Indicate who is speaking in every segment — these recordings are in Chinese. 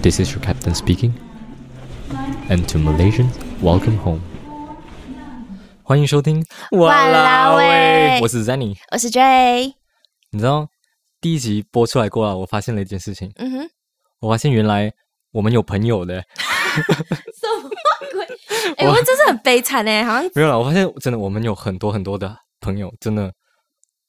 Speaker 1: This is your captain speaking. And to Malaysians, welcome home. 欢迎收听
Speaker 2: 哇啦喂
Speaker 1: 我是 Zanny。
Speaker 2: 我是 J，
Speaker 1: 你知道第一集播出来过了，我发现了一件事情，
Speaker 2: 嗯哼，
Speaker 1: 我发现原来我们有朋友的，
Speaker 2: 什么鬼？哎、我们真是很悲惨哎，好像
Speaker 1: 没有啦，我发现真的我们有很多很多的朋友，真的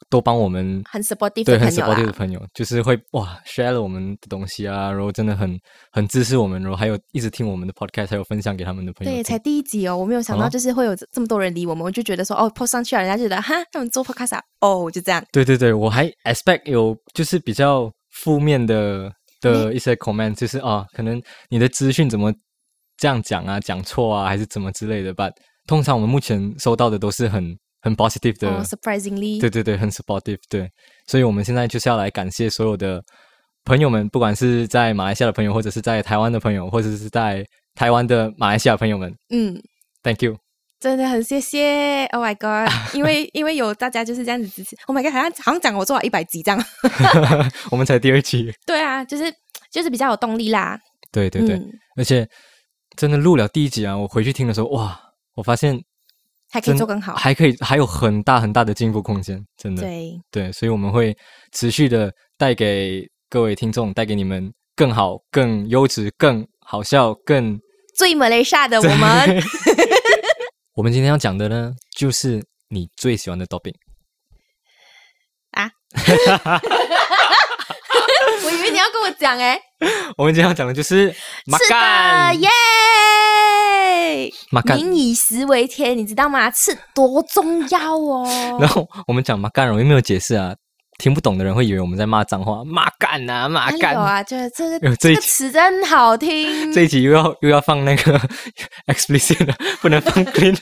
Speaker 1: 都帮我们
Speaker 2: 很 supportive
Speaker 1: 对
Speaker 2: 的
Speaker 1: 很
Speaker 2: 朋友
Speaker 1: supportive 的
Speaker 2: 啦。
Speaker 1: 朋友，就是会哇 share 了我们的东西啊，然后真的很很支持我们，然后还有一直听我们的 podcast，还有分享给他们的朋友
Speaker 2: 对，
Speaker 1: 听。
Speaker 2: 才第一集哦，我没有想
Speaker 1: 好
Speaker 2: 到
Speaker 1: 啊
Speaker 2: 就是会有这这么多人理我们，我就觉得说哦，post 上去了，人家就觉得哈，他们做 podcast 啊哦，就这样。
Speaker 1: 对对对，我还 expect 有就是比较负面的的一些 comment，就是啊，可能你的资讯怎么这样讲啊，讲错啊，还是怎么之类的吧。通常我们目前收到的都是很很 positive 的，
Speaker 2: 哦，surprisingly，
Speaker 1: 对对对，很 supportive，对。所以我们现在就是要来感谢所有的朋友们，不管是在马来西亚的朋友，或者是在台湾的朋友，或者是在台湾的马来西亚朋友们
Speaker 2: 嗯，
Speaker 1: ，Thank you。
Speaker 2: 真的很谢谢，Oh my God，因为因为有大家就是这样子支持，Oh my God，好像好像讲我做了一百集这样。
Speaker 1: 我们才第二期，
Speaker 2: 对啊，就是就是比较有动力啦。
Speaker 1: 对对对，
Speaker 2: 嗯，
Speaker 1: 而且真的录了第一集啊，我回去听的时候，哇，我发现
Speaker 2: 还可以
Speaker 1: 真
Speaker 2: 做更好。
Speaker 1: 还可以还有很大很大的进步空间，真的。
Speaker 2: 对，
Speaker 1: 对，所以我们会持续的带给各位听众，带给你们更好、更优质、更好笑、更
Speaker 2: 最马来西亚的我 们，
Speaker 1: 我们今天要讲的呢，就是你最喜欢的 topping。
Speaker 2: 我以为你要跟我讲哎、
Speaker 1: 我们今天要讲的就是马
Speaker 2: 是的，
Speaker 1: 干，
Speaker 2: 耶！
Speaker 1: 马干。
Speaker 2: 民以食为天，你知道吗？吃多重要
Speaker 1: 然
Speaker 2: 哦。
Speaker 1: 后我们讲马干，我又没有解释啊，听不懂的人会以为我们在骂脏话，马干啊，马
Speaker 2: 哪里
Speaker 1: 干。
Speaker 2: 有啊，这这个
Speaker 1: 有 这
Speaker 2: 这
Speaker 1: 一
Speaker 2: 个词真好 听。
Speaker 1: 这一集又要又要放那个 explicit 了，不能放 clean。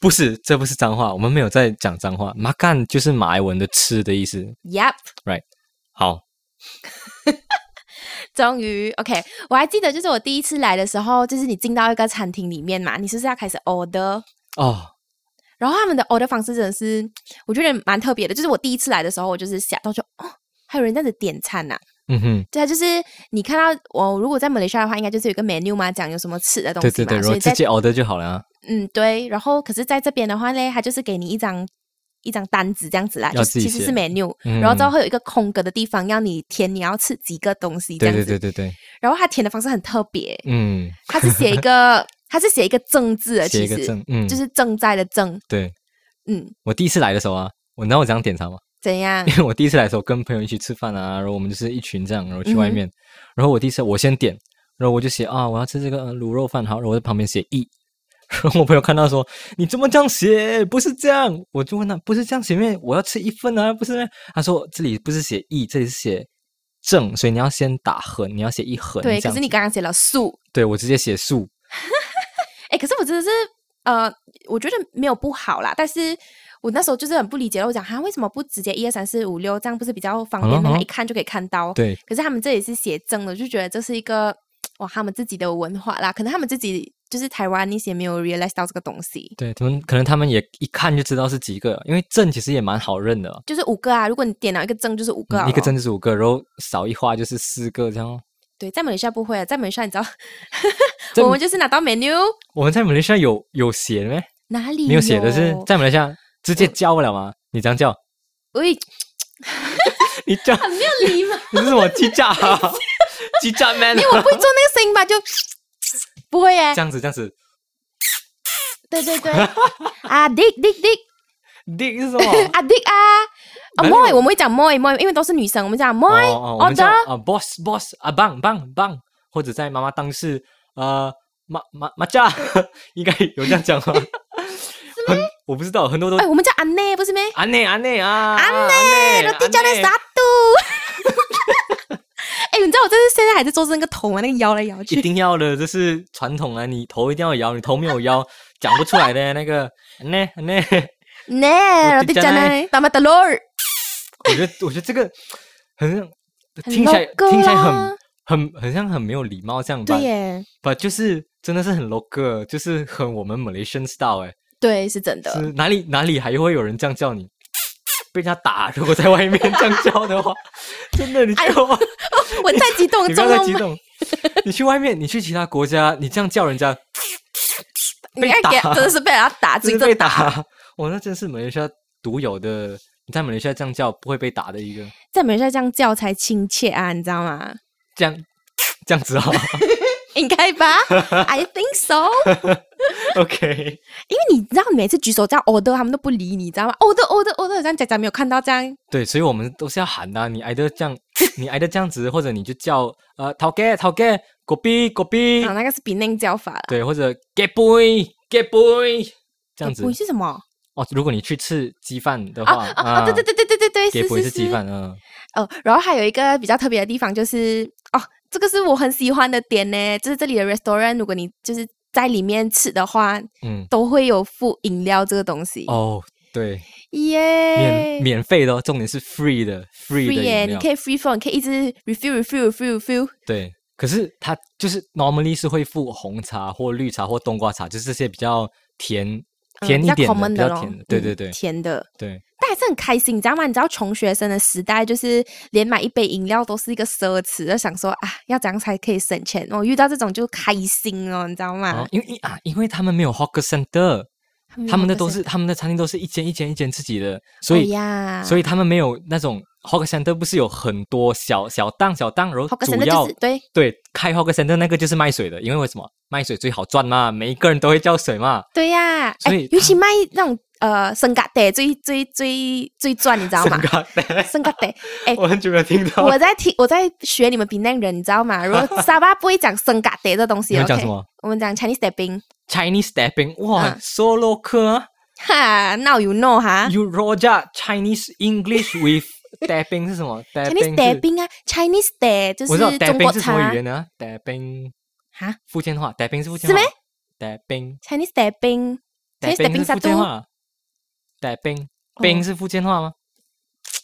Speaker 1: 不是，这不是脏话，我们没有在讲脏话。马干就是马来文的吃的意思。
Speaker 2: Yep，
Speaker 1: 好，
Speaker 2: 终于 OK。我还记得，就是我第一次来的时候，就是你进到一个餐厅里面嘛，你是不是要开始 order？
Speaker 1: 哦，
Speaker 2: 然后他们的 order 方式真的是，我觉得蛮特别的。就是我第一次来的时候，我就是吓到就哦，还有人这样子点餐呐、
Speaker 1: 嗯哼，
Speaker 2: 对啊，就是你看到我如果在马来西亚的话，应该就是有一个 menu 嘛，讲有什么吃的东西
Speaker 1: 对
Speaker 2: 嘛，
Speaker 1: 对对，然
Speaker 2: 所
Speaker 1: 后
Speaker 2: 以
Speaker 1: 直
Speaker 2: 在
Speaker 1: 接 order 就好了啊，
Speaker 2: 嗯，对。然后可是在这边的话呢，它就是给你一张一张单子这样子啦，
Speaker 1: 要
Speaker 2: 就
Speaker 1: 自
Speaker 2: 是
Speaker 1: 己
Speaker 2: 其实
Speaker 1: 写
Speaker 2: 是 menu，、
Speaker 1: 嗯
Speaker 2: 然后之后会有一个空格的地方要你填你要吃几个东西这
Speaker 1: 对
Speaker 2: 样子。
Speaker 1: 对对对对，
Speaker 2: 然后它填的方式很特别，
Speaker 1: 嗯，
Speaker 2: 它是写一 个它是写一个正字的，
Speaker 1: 写
Speaker 2: 其
Speaker 1: 一个
Speaker 2: 实
Speaker 1: 证，嗯，
Speaker 2: 就是正在的正，
Speaker 1: 对
Speaker 2: 嗯，
Speaker 1: 我第一次来的时候啊，我你知道我怎样点餐吗？
Speaker 2: 怎 样
Speaker 1: 因为我第一次来的时候跟朋友一起吃饭啊，然后我们就是一群这样，然后去外面，
Speaker 2: 嗯
Speaker 1: 然后我第一次我先点，然后我就写啊，我要吃这个呃卤肉饭，好，然后我在旁边写一， 然后我朋友看到说你怎么这样写？不是这样，我就问他不是这样写咩？我要吃一份啊，不是咩？他说这里不是写一，这里是写正，所以你要先打横，你要写一横，
Speaker 2: 对？
Speaker 1: 这
Speaker 2: 可
Speaker 1: 样
Speaker 2: 是你
Speaker 1: 子
Speaker 2: 刚刚写了素，
Speaker 1: 对我直接写竖，
Speaker 2: 哎，可是我真的是呃，我觉得没有不好啦，但是。我那时候就是很不理解，我讲哈，为什么不直接一二三四五六，这样不是比较方
Speaker 1: 好了
Speaker 2: 便吗？
Speaker 1: 好了
Speaker 2: 一看就可以看到。
Speaker 1: 对，
Speaker 2: 可是他们这里是写正的，就觉得这是一个哇，他们自己的文化啦，可能他们自己就是台湾那些没有 realize 到这个东西，
Speaker 1: 对，他们可能他们也一看就知道是几个，因为正其实也蛮好认的啊，
Speaker 2: 就是五个啊，如果你点了一个正就是五个、
Speaker 1: 嗯一个。正就是五个，然后少一画就是四个这样哦。
Speaker 2: 对，在马来西亚不会啊，在马来西亚你知道
Speaker 1: 在，
Speaker 2: 我们就是拿到 menu
Speaker 1: 我们在马来西亚有有写的咩？
Speaker 2: 哪里
Speaker 1: 没有写的是在马来西亚直接
Speaker 2: 我
Speaker 1: 叫不了吗？你这样叫，
Speaker 2: 喂，
Speaker 1: 你叫
Speaker 2: 很 没有礼貌，
Speaker 1: 你是我鸡架啊，鸡 架 man
Speaker 2: 因为我不会做那个声音吧，就不会 耶、
Speaker 1: 这样子这样子
Speaker 2: 对 对对，啊 dick dick dick？
Speaker 1: ，dick 是什么
Speaker 2: 啊 dick 啊，啊
Speaker 1: 哦哪里有
Speaker 2: moi 我们会讲 moi moi，因为都是女生，哎我们讲
Speaker 1: 哦
Speaker 2: moi
Speaker 1: 哦，我们叫
Speaker 2: order
Speaker 1: 啊 boss boss 啊棒棒棒，或者在妈妈当是呃马马马架， 应该有这样讲 吗？很我不知道，很多都
Speaker 2: 哎，我们叫 anne 不是咩？
Speaker 1: 安内安内啊，
Speaker 2: Anne，
Speaker 1: 内
Speaker 2: 罗蒂叫的啥都。 哎、你知道我这是现在还在做这个头吗？那个摇来摇
Speaker 1: 一
Speaker 2: 去。
Speaker 1: 定要的，这是传统啊！你头一定要摇，你头没有 摇，讲不出来的那个 安内安内。
Speaker 2: 呢，
Speaker 1: 罗
Speaker 2: 罗
Speaker 1: 蒂
Speaker 2: 蒂
Speaker 1: 加
Speaker 2: 加
Speaker 1: 奈
Speaker 2: 奈，达玛达罗尔，
Speaker 1: 我觉得，我觉得这个很像，
Speaker 2: 很
Speaker 1: 听起来
Speaker 2: local 啊
Speaker 1: 听起来很很很像很没有礼貌这样吧
Speaker 2: 对？耶，
Speaker 1: 吧，就是真的是很 local，就是很我们 Malaysian style 哎、
Speaker 2: 对，是真的。
Speaker 1: 是哪里哪里还会有人这样叫你？被人家打，如果 在外面这样叫的话，真的你
Speaker 2: 哎
Speaker 1: 叫我，
Speaker 2: 我太激动，
Speaker 1: 你不
Speaker 2: 中
Speaker 1: 要
Speaker 2: 了
Speaker 1: 再 激动。你去外面，你去其他国家，你这样叫人家，
Speaker 2: 你看给
Speaker 1: 打
Speaker 2: 真的是被人家 打，
Speaker 1: 这
Speaker 2: 真
Speaker 1: 是
Speaker 2: 的
Speaker 1: 被打。 我那真是马来西亚独有的，你在马来西亚这样叫不会被打的一个，
Speaker 2: 在马来西亚这样叫才亲切啊，你知道吗？
Speaker 1: 这样这样子哦。
Speaker 2: 应该 吧？I think so。
Speaker 1: OK，
Speaker 2: 因为你知道，你每次举手这样 order，他们都不理你，你知道吗？order order order，这样假假没有看到这样。
Speaker 1: 对，所以我们都是要喊的啊、你挨得这样，你挨得这样子，或者你就叫呃陶给陶给狗逼狗逼
Speaker 2: 啊，，那个是比那个叫法了。
Speaker 1: 对，或者 get boy get boy 这样子
Speaker 2: 我是什么？
Speaker 1: 哦。如果你去吃鸡饭的
Speaker 2: 啊
Speaker 1: 话
Speaker 2: 啊啊！对对对对对对
Speaker 1: ，get
Speaker 2: 对，是
Speaker 1: boy
Speaker 2: 是
Speaker 1: 是鸡饭，嗯。
Speaker 2: 哦，然后还有一个比较特别的地方就是，哦，这个是我很喜欢的点呢，就是这里的 restaurant，如果你就是在里面吃的话，
Speaker 1: 嗯，
Speaker 2: 都会有附饮料这个东西。
Speaker 1: 哦，对，
Speaker 2: 耶
Speaker 1: 免！免费的、哦，重点是 free 的，free 的
Speaker 2: free 耶，
Speaker 1: 饮
Speaker 2: 你
Speaker 1: 料。
Speaker 2: 可以 free flow，你可以一直嗯 refill refill refill refill。
Speaker 1: 对，可是它就是 normally 是会附红茶或绿茶或冬瓜茶，就是这些比较甜甜一
Speaker 2: 嗯比较
Speaker 1: 点的，
Speaker 2: common
Speaker 1: 比
Speaker 2: 的
Speaker 1: 较
Speaker 2: 咯
Speaker 1: 甜的。对
Speaker 2: 嗯
Speaker 1: 对对
Speaker 2: 甜的。
Speaker 1: 对，
Speaker 2: 但还是很开心，你知道吗？你知道穷学生的时代，就是连买一杯饮料都是一个奢侈，就想说啊，要怎样才可以省钱？我遇到这种就开心哦，你知道吗？
Speaker 1: 哦，因为因啊，因为他们没有 hawker center，他们的都
Speaker 2: 哦
Speaker 1: 是他们的餐厅都是一间一间一间自己的，所以
Speaker 2: 哎呀，
Speaker 1: 所
Speaker 2: 以
Speaker 1: 以他们没有那种 hawker center，不是有很多小小档小档，然后
Speaker 2: Hawker
Speaker 1: 主
Speaker 2: Center
Speaker 1: 要
Speaker 2: 就是对
Speaker 1: 对开 hawker center 那个就是卖水的，因为为什么卖水最好赚嘛，每一个人都会叫水嘛，
Speaker 2: 对呀，
Speaker 1: 所以
Speaker 2: 哎尤
Speaker 1: 他
Speaker 2: 其卖那种呃生咖喱最最最最赚，你知道 吗
Speaker 1: 真？咖啡。
Speaker 2: 生咖喱，哎
Speaker 1: 我很久没有听到。
Speaker 2: 我在听，我在学你们槟榔人，你知道吗？如果沙巴不会讲生咖喱这东西，
Speaker 1: 你们讲
Speaker 2: OK？
Speaker 1: 什么
Speaker 2: 我们讲 Chinese stepping，
Speaker 1: Chinese stepping，哇、
Speaker 2: 啊
Speaker 1: s o l o 课
Speaker 2: 哈，now you know 哈。
Speaker 1: ah? ，You Roger Chinese English with stepping 是什么
Speaker 2: Chinese
Speaker 1: ？stepping 是
Speaker 2: dabbing 啊，Chinese dab 就
Speaker 1: 我知道
Speaker 2: 是中国
Speaker 1: stepping 是什
Speaker 2: 茶
Speaker 1: 么语
Speaker 2: 啊
Speaker 1: 言呢？stepping
Speaker 2: 哈
Speaker 1: 福建话，stepping 是福建
Speaker 2: 是
Speaker 1: 话
Speaker 2: 咩
Speaker 1: ，stepping
Speaker 2: ，Chinese dabbing，Chinese
Speaker 1: stepping 是
Speaker 2: stepping 啥
Speaker 1: 福建
Speaker 2: 都
Speaker 1: 话，stepping
Speaker 2: 哦
Speaker 1: bing 是福建话吗？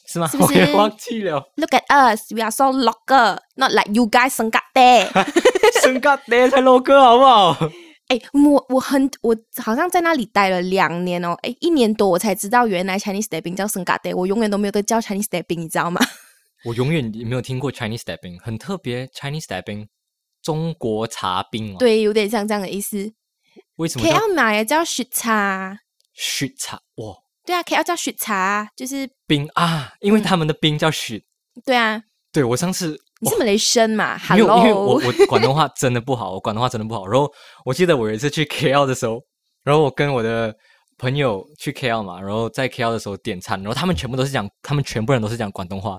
Speaker 1: 是吗？
Speaker 2: 是不
Speaker 1: 我也
Speaker 2: 是
Speaker 1: 忘记了。
Speaker 2: Look at us, we are so local, not like you guys 生咖喱。
Speaker 1: 生咖爹才 low 哥好不好？
Speaker 2: 哎，我我很我好像在那里待了两年哦，哎，一年多我才知道原来 Chinese dabbing 叫生咖喱，我永远都没有得叫 Chinese dabbing，你知道吗？
Speaker 1: 我永远没有听过 Chinese stepping，很特别，Chinese stepping，中国茶冰哦。，
Speaker 2: 对，有点像这样的意思。
Speaker 1: 为什么
Speaker 2: K
Speaker 1: 叫
Speaker 2: L 马也叫雪茶，
Speaker 1: 雪茶？哇，
Speaker 2: 对啊，K L 叫雪茶，就是
Speaker 1: 冰啊，因为
Speaker 2: 嗯
Speaker 1: 他们的冰叫雪
Speaker 2: 对啊，
Speaker 1: 对我上次
Speaker 2: 你是马来生嘛
Speaker 1: 没有，因为我
Speaker 2: ？Hello，
Speaker 1: 我广东话真的不好，我广东话真的不好。然后我记得我有一次去 KL 的时候，然后我跟我的朋友去 KL 嘛，然后在 KL 的时候点餐，然后他们全部都是讲，他们全部人都是讲广东话，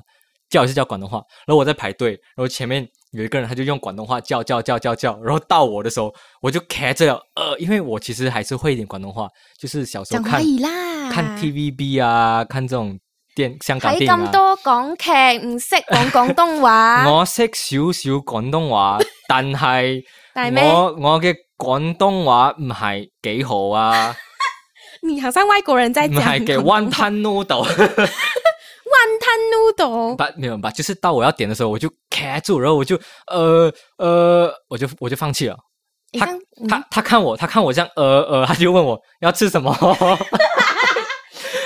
Speaker 1: 叫也是叫广东话。然后我在排队，然后前面有一个人他就用广东话叫叫叫叫叫，然后到我的时候我就卡着了，呃，因为我其实还是会一点广东话，就是小时候
Speaker 2: 讲华
Speaker 1: 看
Speaker 2: 语啦，
Speaker 1: 看 TVB 啊，看这种电香港
Speaker 2: 睇
Speaker 1: 电影
Speaker 2: 咁
Speaker 1: 啊。
Speaker 2: 多港劇，唔識講廣東話，
Speaker 1: 我識少少廣東 話，但係。
Speaker 2: 但係咩？
Speaker 1: 我我嘅廣東話唔係幾好 啊，
Speaker 2: 你好像外國人在
Speaker 1: 唔
Speaker 2: 講
Speaker 1: 係嘅 one time noodle，
Speaker 2: One Noodle，
Speaker 1: 不没有吧？就是到我要點的時候，我就卡住，然後我就呃呃，我就我就放棄了。
Speaker 2: 你
Speaker 1: 他
Speaker 2: 看嗯
Speaker 1: 他他看我，他看我这样呃呃，他就問我要吃什麼。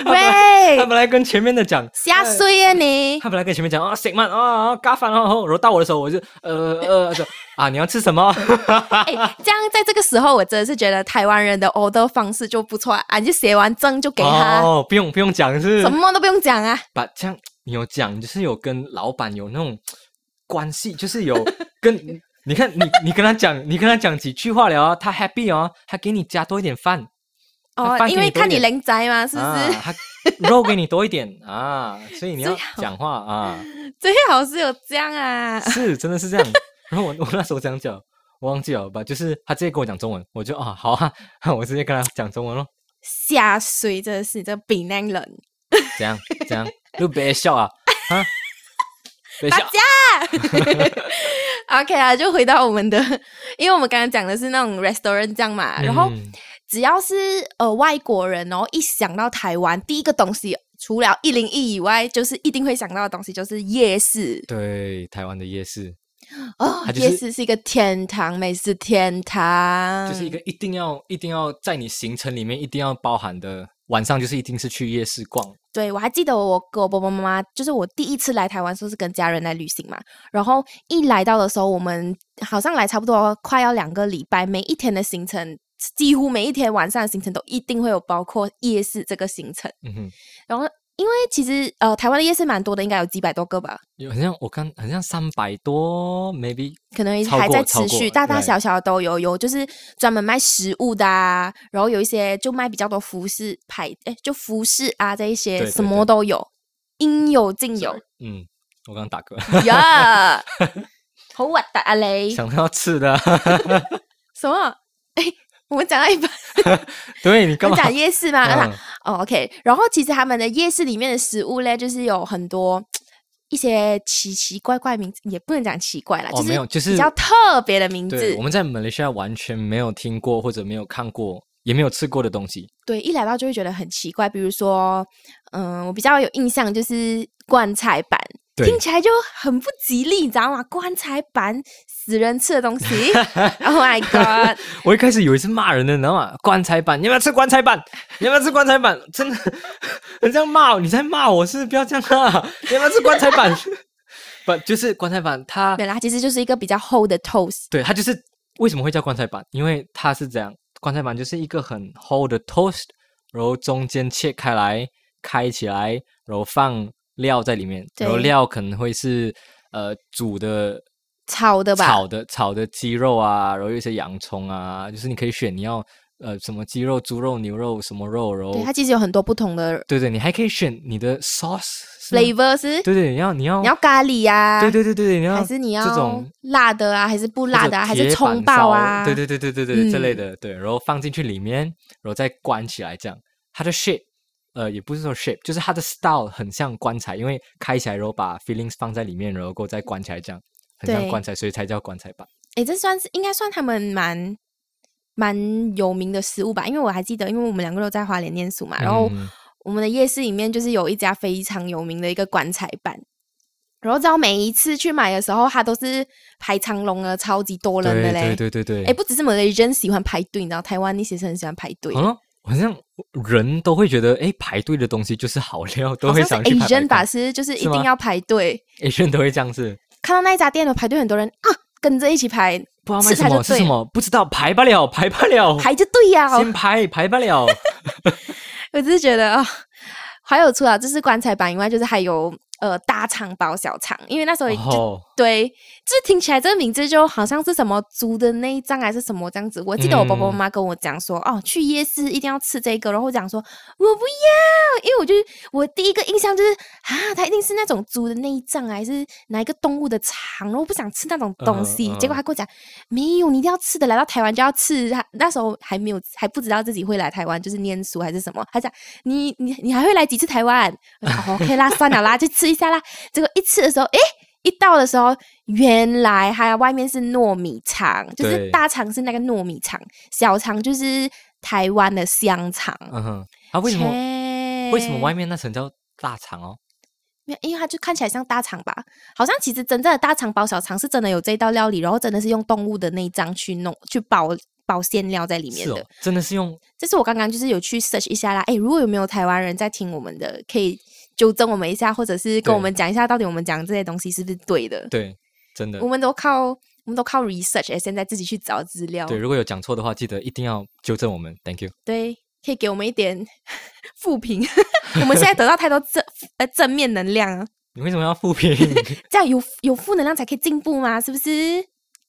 Speaker 1: 他
Speaker 2: 喂，
Speaker 1: 本來跟前面的講，
Speaker 2: 下水啊你！
Speaker 1: 他本來跟前面講啊食物啊啊加飯啊，然後到我的時候我就呃呃就啊你要吃什 麼？
Speaker 2: 哎，这样在这個時候，我真的是覺得台灣人的 order 方式就不錯啊，啊你就寫完證就給他，
Speaker 1: 哦，不用不用講是
Speaker 2: 什麼都不用講啊。
Speaker 1: 把这样你有讲，就是有跟老板有那种关系，就是有 跟你看你你跟他讲，你跟他讲几句话了啊，他 happy 哦，他给你加多一点饭，
Speaker 2: 哦
Speaker 1: 他，翻
Speaker 2: 因
Speaker 1: 給
Speaker 2: 為
Speaker 1: 你多一
Speaker 2: 看你
Speaker 1: 點
Speaker 2: 人宅嘛，是不
Speaker 1: 啊
Speaker 2: 是？
Speaker 1: 他肉给你多一点啊，所以你要
Speaker 2: 最好
Speaker 1: 讲话啊，
Speaker 2: 最好是有这样啊。
Speaker 1: 是真的是这样。然后我我那时候这样讲，我忘记了吧，就是他直接跟我讲中文，我就啊好啊，我直接跟他讲中文咯，
Speaker 2: 下水真的是这闽南人，
Speaker 1: 怎样怎样，就别笑啊啊，别笑
Speaker 2: 大，OK 啊，就回到我们的， 因为我们刚刚讲的是那种 restaurant 这样嘛，然后
Speaker 1: 嗯
Speaker 2: 只要是呃外国人，然后一想到台湾，第一个东西除了一零一以外，就是一定会想到的东西就是夜市
Speaker 1: 对台湾的夜市。
Speaker 2: 哦
Speaker 1: 它，就是
Speaker 2: 夜市是一个天堂，美食天堂，嗯
Speaker 1: 就是一个一定要一定要在你行程里面一定要包含的晚上就是一定是去夜市逛，
Speaker 2: 对，我还记得我跟我爸爸妈妈，就是我第一次来台湾，说是跟家人来旅行嘛。然后一来到的时候，我们好像来差不多快要两个礼拜，每一天的行程，几乎每一天晚上的行程都一定会有包括夜市这个行程。
Speaker 1: 嗯哼，
Speaker 2: 然后，因为其实呃，台湾的夜市蛮多的，应该有几百多个吧，
Speaker 1: 有很像我看很像三百多，maybe
Speaker 2: 可能
Speaker 1: 超
Speaker 2: 还
Speaker 1: 过
Speaker 2: 在
Speaker 1: 超
Speaker 2: 持
Speaker 1: 过
Speaker 2: 续，大大
Speaker 1: 对
Speaker 2: 小小的都有，有就是专门卖食物的啊，然后有一些就卖比较多服饰牌，哎，就服饰啊这一
Speaker 1: 对
Speaker 2: 些
Speaker 1: 对
Speaker 2: 什么
Speaker 1: 对
Speaker 2: 都有，应有尽有
Speaker 1: 嗯，我刚打嗝，
Speaker 2: 呀。好核突啊你！
Speaker 1: 想到吃的啊，
Speaker 2: 什么？哎，我们讲到一半，
Speaker 1: 对你
Speaker 2: 我
Speaker 1: 干
Speaker 2: 们
Speaker 1: 嘛？
Speaker 2: 讲夜市吗？
Speaker 1: 嗯
Speaker 2: 啊哦，OK。然后其实他们的夜市里面的食物嘞，就是有很多一些奇奇怪怪名字，也不能讲奇怪啦，
Speaker 1: 哦没有
Speaker 2: 就
Speaker 1: 就是是
Speaker 2: 比较特别的名
Speaker 1: 对，
Speaker 2: 字
Speaker 1: 我。们在马来西亚完全没有听过或者没有看过，也没有吃过的东西。
Speaker 2: 对，一来到就会觉得很奇怪。比如说，嗯，我比较有印象就是棺材板，
Speaker 1: 对
Speaker 2: 听起来就很不吉利，你知道吗？棺材板，死人吃的东 西，Oh my god！
Speaker 1: 我一开始以为是骂人的，你知道吗？棺材板，你要不要吃棺材板？你要不要吃棺材板？真的， 很这样骂我，你在骂我是不是不要这样啊！你要不要吃棺材板？ 不，就是棺材板，它
Speaker 2: 本来其实就是一个比较厚的 toast，
Speaker 1: 对它就是为什么会叫棺材板？因为它是这样，棺材板就是一个很厚的 toast，然后中间切开来，开起来，然后放料在里面，
Speaker 2: 对
Speaker 1: 然后料可能会是呃煮的
Speaker 2: 炒的吧？
Speaker 1: 炒的炒的鸡肉啊，然后有一些洋葱啊，就是你可以选你要呃什么鸡肉、猪肉、牛肉什么肉，然后
Speaker 2: 对，它其实有很多不同的
Speaker 1: 对对，你还可以选你的 sauce 是吗
Speaker 2: flavor 是，
Speaker 1: 对对，你要你要
Speaker 2: 你要咖喱呀、
Speaker 1: 对对对对对，你要
Speaker 2: 还是你要
Speaker 1: 这种
Speaker 2: 辣的啊，还是不辣的啊，
Speaker 1: 或
Speaker 2: 还
Speaker 1: 者
Speaker 2: 是
Speaker 1: 铁
Speaker 2: 葱
Speaker 1: 板
Speaker 2: 爆
Speaker 1: 烧
Speaker 2: 啊？
Speaker 1: 对对对对对对、这类
Speaker 2: 嗯
Speaker 1: 的，对，然后放进去里面，然后再关起来，这样它的 shape。呃，也不是说 shape，就是它的 style 很像棺材，因为开起来然后把 feelings 放在里面，然后过后再关起来，这样很像
Speaker 2: 对
Speaker 1: 棺材，所以才叫棺材板。
Speaker 2: 诶，这算是应该算他们蛮蛮有名的食物吧，因为我还记得，因为我们两个都在花莲念书嘛，啊然后
Speaker 1: 嗯
Speaker 2: 我们的夜市里面就是有一家非常有名的一个棺材板，然后知道每一次去买的时候，它都是排长龙的，超级多人的
Speaker 1: 对
Speaker 2: 嘞哎
Speaker 1: 对。对对对，
Speaker 2: 诶，不只是马来人喜欢排队，你知道台湾那些是很喜欢排队
Speaker 1: 好，像嗯好像人都会觉得，哎，排队的东西就是好料，都
Speaker 2: 好
Speaker 1: 会
Speaker 2: 像
Speaker 1: 想
Speaker 2: 是
Speaker 1: 去排
Speaker 2: Asian
Speaker 1: 队
Speaker 2: 吧，是就是一
Speaker 1: 是吗
Speaker 2: 定要排队。
Speaker 1: ，Asian 都会这样子，
Speaker 2: 看到那一家店的排队很多人啊，跟着一起排，
Speaker 1: 不知道卖
Speaker 2: 吃
Speaker 1: 什
Speaker 2: 它
Speaker 1: 么
Speaker 2: 就是对
Speaker 1: 什
Speaker 2: 了，
Speaker 1: 么，不知道排不了，排不了，
Speaker 2: 排着队呀、
Speaker 1: 先排排不了，
Speaker 2: 我只是觉得啊、还有除了这是棺材板以外，就是还有呃大肠包小肠，因为那时候也就、
Speaker 1: 哦，
Speaker 2: 对，就是听起来这个名字就好像是什么猪的内脏还是什么这样子。我记得我爸爸妈
Speaker 1: 嗯
Speaker 2: 妈跟我讲说，哦，去夜市一定要吃这个，然后我讲说我不要，因为我就我第一个印象就是啊，它一定是那种猪的内脏啊还是哪一个动物的肠，然后我不想吃那种东西。
Speaker 1: 嗯嗯
Speaker 2: 结果他跟我讲，没有，你一定要吃的，来到台湾就要吃。他那时候还没有还不知道自己会来台湾，就是念书还是什么。他讲你你你还会来几次台湾？我说哦 OK 啦，算了啦，就吃一下啦。结果一吃的时候，诶，一到的时候，原来它外面是糯米肠，就是
Speaker 1: 对
Speaker 2: 大肠是那个糯米肠，小肠就是台湾的香肠。
Speaker 1: 嗯哼，啊，为什么
Speaker 2: 么
Speaker 1: 为什么外面那层叫大肠哦？
Speaker 2: 没有，因为它就看起来像大肠吧，好像其实真正的大肠包小肠是真的有这道料理，然后真的是用动物的内脏去弄去包包馅料在里面
Speaker 1: 是
Speaker 2: 的。
Speaker 1: 哦，真的是用
Speaker 2: 这是我刚刚就是有去 search 一下啦，哎，如果有没有台湾人在听我们的，可以纠正我们一下，或者是跟我们讲一下到底我们讲这些东西是不是对的。
Speaker 1: 对，真的
Speaker 2: 我们都靠我们都靠 research，哎，现在自己去找资料，
Speaker 1: 对。如果有讲错的话，记得一定要纠正我们，Thank you。
Speaker 2: 对可以给我们一点 负评。 我们现在得到太多正呃正面能量啊，
Speaker 1: 你为什么要复评？
Speaker 2: 这样有有负能量才可以进步嘛，是不是？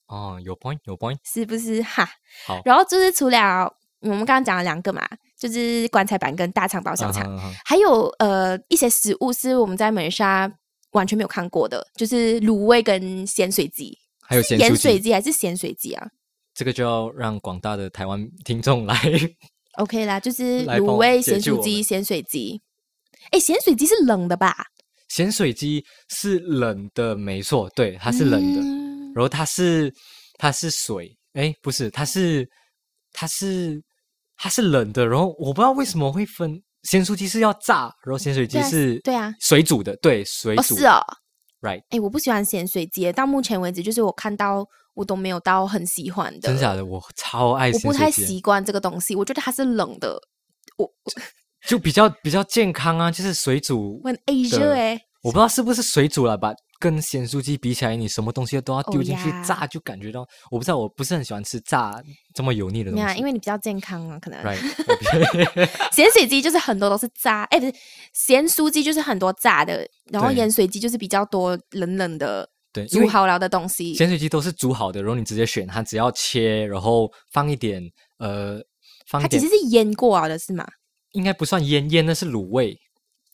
Speaker 1: 哦，有 point 有 point，
Speaker 2: 是不是哈？
Speaker 1: 好
Speaker 2: 然后就是除了我们刚刚讲了两个嘛，就是棺材板跟大肠包小肠，
Speaker 1: 嗯哼嗯哼
Speaker 2: 还有呃一些食物是我们在美莎完全没有看过的，就是卤味跟咸水鸡，
Speaker 1: 还有
Speaker 2: 是
Speaker 1: 咸
Speaker 2: 盐
Speaker 1: 酥
Speaker 2: 水
Speaker 1: 鸡，
Speaker 2: 鸡还是咸水鸡啊
Speaker 1: 这个就要让广大的台湾听众来
Speaker 2: ？OK 啦，就是
Speaker 1: 来帮
Speaker 2: 卤
Speaker 1: 我
Speaker 2: 味、
Speaker 1: 解
Speaker 2: 咸
Speaker 1: 救
Speaker 2: 水
Speaker 1: 我
Speaker 2: 鸡、
Speaker 1: 们
Speaker 2: 咸水鸡。哎，咸水鸡是冷的吧？
Speaker 1: 咸水鸡是冷的，没错，对，它是冷的。
Speaker 2: 嗯
Speaker 1: 然后它是它是水，哎，不是，它是它是它是冷的。然后我不知道为什么会分咸酥鸡是要炸，然后咸水鸡
Speaker 2: 对啊
Speaker 1: 是
Speaker 2: 对啊
Speaker 1: 水煮的，对，水
Speaker 2: 哦
Speaker 1: 煮
Speaker 2: 是哦，
Speaker 1: ，right，
Speaker 2: 哎，我不喜欢咸水鸡，到目前为止就是我看到我都没有到很喜欢的，
Speaker 1: 真假的，我超爱
Speaker 2: 我
Speaker 1: 咸
Speaker 2: 不太
Speaker 1: 水鸡，
Speaker 2: 习惯这个东西，我觉得它是冷的。我
Speaker 1: 就比较比较健康啊，就是水煮，
Speaker 2: 问 Asia
Speaker 1: 的
Speaker 2: 哎、
Speaker 1: 我不知道是不是水煮了吧。跟咸酥鸡比起来，你什么东西都要
Speaker 2: 哦
Speaker 1: 丢进去
Speaker 2: 呀
Speaker 1: 炸，就感觉到我不知道，我不是很喜欢吃炸这么油腻的
Speaker 2: 没
Speaker 1: 东
Speaker 2: 有、啊，
Speaker 1: 西。
Speaker 2: 因为你比较健康啊，可能
Speaker 1: right，我比
Speaker 2: 咸水鸡就是很多都是炸，哎、不是咸酥鸡就是很多炸的，然后
Speaker 1: 对
Speaker 2: 盐水鸡就是比较多冷冷的
Speaker 1: 对，因
Speaker 2: 煮
Speaker 1: 为
Speaker 2: 好了的东西。
Speaker 1: 咸水鸡都是煮好的，然后你直接选，它只要切，然后放一点呃，放
Speaker 2: 它
Speaker 1: 一
Speaker 2: 其
Speaker 1: 点
Speaker 2: 实是腌过了的是吗？
Speaker 1: 应该不算腌，腌那是卤味。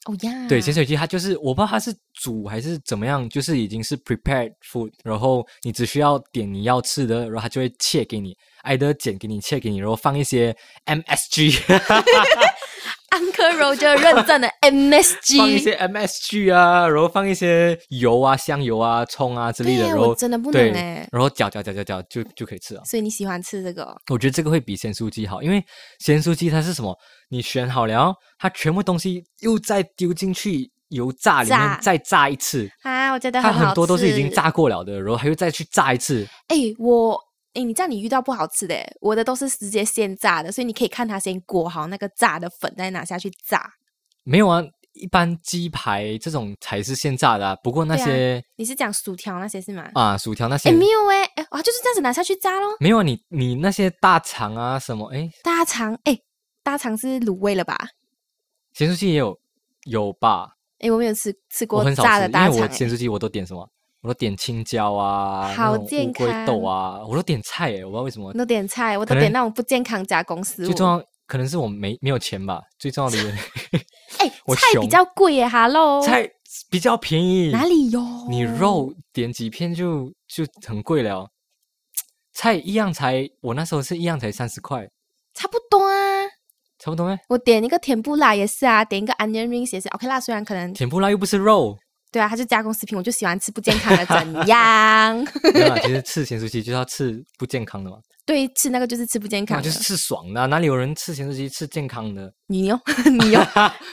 Speaker 2: 哦呀，
Speaker 1: 对，咸水鸡它就是我不知道它是煮还是怎么样，就是已经是 prepared food，然后你只需要点你要吃的，然后它就会切给你，挨得剪给你切给你，然后放一些 MSG，
Speaker 2: Uncle Roger 认证的 MSG，
Speaker 1: 放一些 MSG 啊，然后放一些油啊、香油啊、葱啊之类的，
Speaker 2: 对
Speaker 1: 然
Speaker 2: 我
Speaker 1: 后
Speaker 2: 真的不
Speaker 1: 对
Speaker 2: 能欸
Speaker 1: 然后搅搅搅搅搅就就可以吃了。
Speaker 2: 所以你喜欢吃这个哦？
Speaker 1: 我觉得这个会比咸酥鸡好，因为咸酥鸡它是什么？你选好了，哦它全部东西又再丢进去油炸里
Speaker 2: 炸
Speaker 1: 面再炸一次，
Speaker 2: 啊，我觉得
Speaker 1: 它
Speaker 2: 好吃。
Speaker 1: 很多都是已经。炸过了的，然后还又再去炸一次。
Speaker 2: 哎、我哎、你这样你遇到不好吃的欸，我的都是直接现炸的，所以你可以看它先裹好那个炸的粉，再拿下去炸。
Speaker 1: 没有啊，一般鸡排这种才是现炸的、啊，不过那
Speaker 2: 对啊
Speaker 1: 些
Speaker 2: 你是讲薯条那些是吗？
Speaker 1: 啊薯条那些、
Speaker 2: 哎、没有哎、哎、啊，就是这样子拿下去炸咯。
Speaker 1: 没有啊，你你那些大肠啊什么，哎，
Speaker 2: 大肠哎、大肠是卤味了吧？
Speaker 1: 咸酥鸡也有有吧？
Speaker 2: 哎、我没有吃吃
Speaker 1: 我
Speaker 2: 过
Speaker 1: 很少
Speaker 2: 炸
Speaker 1: 吃，因
Speaker 2: 的
Speaker 1: 为
Speaker 2: 大肠、
Speaker 1: 我
Speaker 2: 哎
Speaker 1: 咸酥鸡我都点什么？我都点青椒啊，那
Speaker 2: 好
Speaker 1: 种
Speaker 2: 健
Speaker 1: 乌龟豆
Speaker 2: 康
Speaker 1: 啊，我都点菜诶、我不知道为什么
Speaker 2: 那点菜，我
Speaker 1: 可
Speaker 2: 都
Speaker 1: 能
Speaker 2: 点那种不健康加工食物。
Speaker 1: 最重要可能是我没没有钱吧，最重要的原 因
Speaker 2: 哎、
Speaker 1: 我
Speaker 2: 菜比
Speaker 1: 穷
Speaker 2: 较贵耶哈喽。
Speaker 1: 菜比较便宜，
Speaker 2: 哦哪里哦有？
Speaker 1: 你肉点几片就就很贵了，菜一样才我那时候是一样才三十块，
Speaker 2: 差不多啊。
Speaker 1: 差不多咩？
Speaker 2: 我点一个甜不辣也是啊，点一个 onion rings 也是 OK 啦。虽然可能
Speaker 1: 甜不辣又不是肉，
Speaker 2: 对啊，它是加工食品，我就喜欢吃不健康的，怎样？
Speaker 1: 没有啦，其实吃咸酥鸡就是要吃不健康的嘛，
Speaker 2: 对，吃那个就是吃不 健康
Speaker 1: 那
Speaker 2: 的，
Speaker 1: 就是吃爽的啊、哪里有人吃咸酥鸡吃健康的？
Speaker 2: 你哦， 你哦，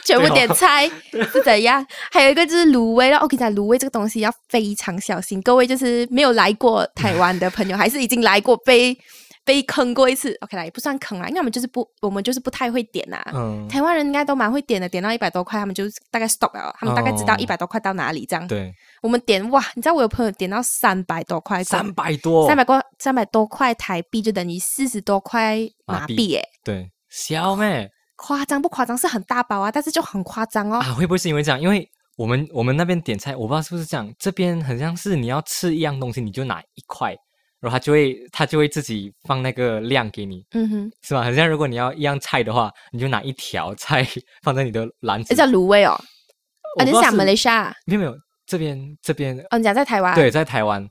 Speaker 2: 全部点菜
Speaker 1: 哦
Speaker 2: 是怎样？ 还有一个就是卤味了。哦我跟你讲，卤味这个东西要非常小心。各位就是没有来过台湾 的朋友，还是已经来过被被坑过一次，OK 啦，也不算坑啦，因为我们就是不，我们就是不太会点呐、
Speaker 1: 嗯，
Speaker 2: 台湾人应该都蛮会点的，点到一百多块，他们就大概 stop 了，他们大概知道
Speaker 1: 哦
Speaker 2: 一百多块到哪里这样。
Speaker 1: 对，
Speaker 2: 我们点哇，你知道我有朋友点到三百多块，
Speaker 1: 三百多，
Speaker 2: 三百多三百多块台币就等于四十多块马
Speaker 1: 马币
Speaker 2: 币耶，
Speaker 1: 对，小妹
Speaker 2: 夸张不夸张？是很大包啊，但是就很夸张哦。
Speaker 1: 啊，会不会是因为这样？因为我们我们那边点菜，我不知道是不是这样，这边很像是你要吃一样东西，你就拿一块，然后他就会他就会自己放那个量给你，
Speaker 2: 嗯哼，
Speaker 1: 是吧？很像如果你要一样菜的话，你就拿一条菜放在你的篮子
Speaker 2: 这。叫卤味哦。
Speaker 1: 我不
Speaker 2: 啊，你
Speaker 1: 知
Speaker 2: 是
Speaker 1: 道
Speaker 2: 讲马来
Speaker 1: 是
Speaker 2: 西亚？
Speaker 1: 没有没有，这边这边、
Speaker 2: 哦，你讲在台湾？
Speaker 1: 对，在台湾，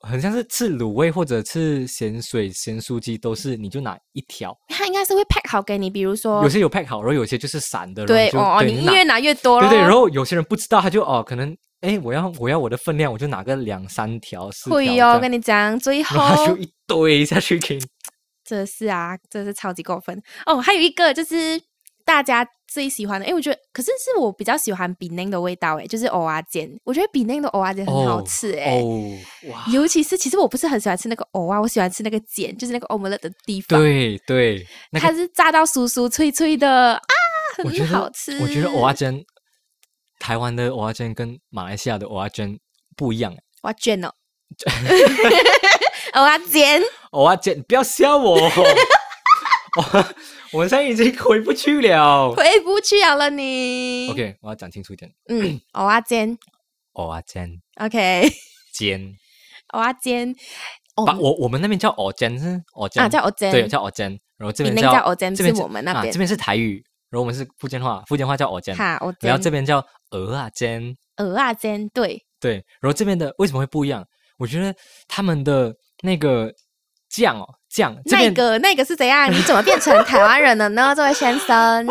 Speaker 1: 很像是吃卤味或者吃咸水咸酥鸡，都是你就拿一条，
Speaker 2: 他应该是会 pack 好给你，比如说
Speaker 1: 有些有 pack 好，然后有些就是散的，
Speaker 2: 哦对
Speaker 1: 然
Speaker 2: 哦
Speaker 1: 后
Speaker 2: 哦，
Speaker 1: 就
Speaker 2: 你
Speaker 1: 拿
Speaker 2: 越拿越多
Speaker 1: 对
Speaker 2: 咯。
Speaker 1: 对，然后有些人不知道，他就哦，可能哎，我要我要我的分量，我就拿个两三条、四条这
Speaker 2: 会
Speaker 1: 样，
Speaker 2: 哦，跟你讲，最
Speaker 1: 然后他
Speaker 2: 后
Speaker 1: 就一堆下去给你。
Speaker 2: 这是啊，这是超级过分哦。还有一个就是大家最喜欢的，哎，我觉得可是是我比较喜欢比内的味道，哎，就是蚵仔煎，我觉得比内的蚵仔煎很好
Speaker 1: 哦
Speaker 2: 吃，哎、
Speaker 1: 哦，哇，
Speaker 2: 尤其是，其实我不是很喜欢吃那个藕啊，我喜欢吃那个茧，就是那个 omelette 的地方，
Speaker 1: 对对，那
Speaker 2: 它
Speaker 1: 个
Speaker 2: 是炸到酥酥脆脆的啊，
Speaker 1: 我觉
Speaker 2: 很
Speaker 1: 得
Speaker 2: 好吃。
Speaker 1: 我觉得蚵仔煎，台湾的蚵仔煎跟马来西亚的蚵仔煎不一样。欸
Speaker 2: 我要卷哦， 蚵仔煎，
Speaker 1: 蚵仔煎，不要笑 我。我我们现在已经回不去了。
Speaker 2: 回不去了了你。
Speaker 1: OK，我要讲清楚一点。
Speaker 2: 嗯，蚵仔煎
Speaker 1: 蚵仔煎
Speaker 2: ，OK，
Speaker 1: 煎，
Speaker 2: 蚵仔煎，哦
Speaker 1: 把我我们那边叫蚵煎是蚵煎
Speaker 2: 啊叫蚵煎，
Speaker 1: 对，叫 o 煎，然后这边
Speaker 2: 闽南叫蚵煎
Speaker 1: 这边
Speaker 2: 是我们那
Speaker 1: 啊
Speaker 2: 边
Speaker 1: 这边是台语，然后我们是福建话，福建话叫 o 煎，
Speaker 2: 哈，蚵
Speaker 1: 然后这
Speaker 2: 煎，
Speaker 1: 边叫鹅啊煎，
Speaker 2: 蚵仔煎，对，
Speaker 1: 对，然后这边的为什么会不一样？我觉得他们的那个酱哦，酱这
Speaker 2: 那
Speaker 1: 边
Speaker 2: 个那个是怎 样？你怎么变成台湾人了呢，这位先生？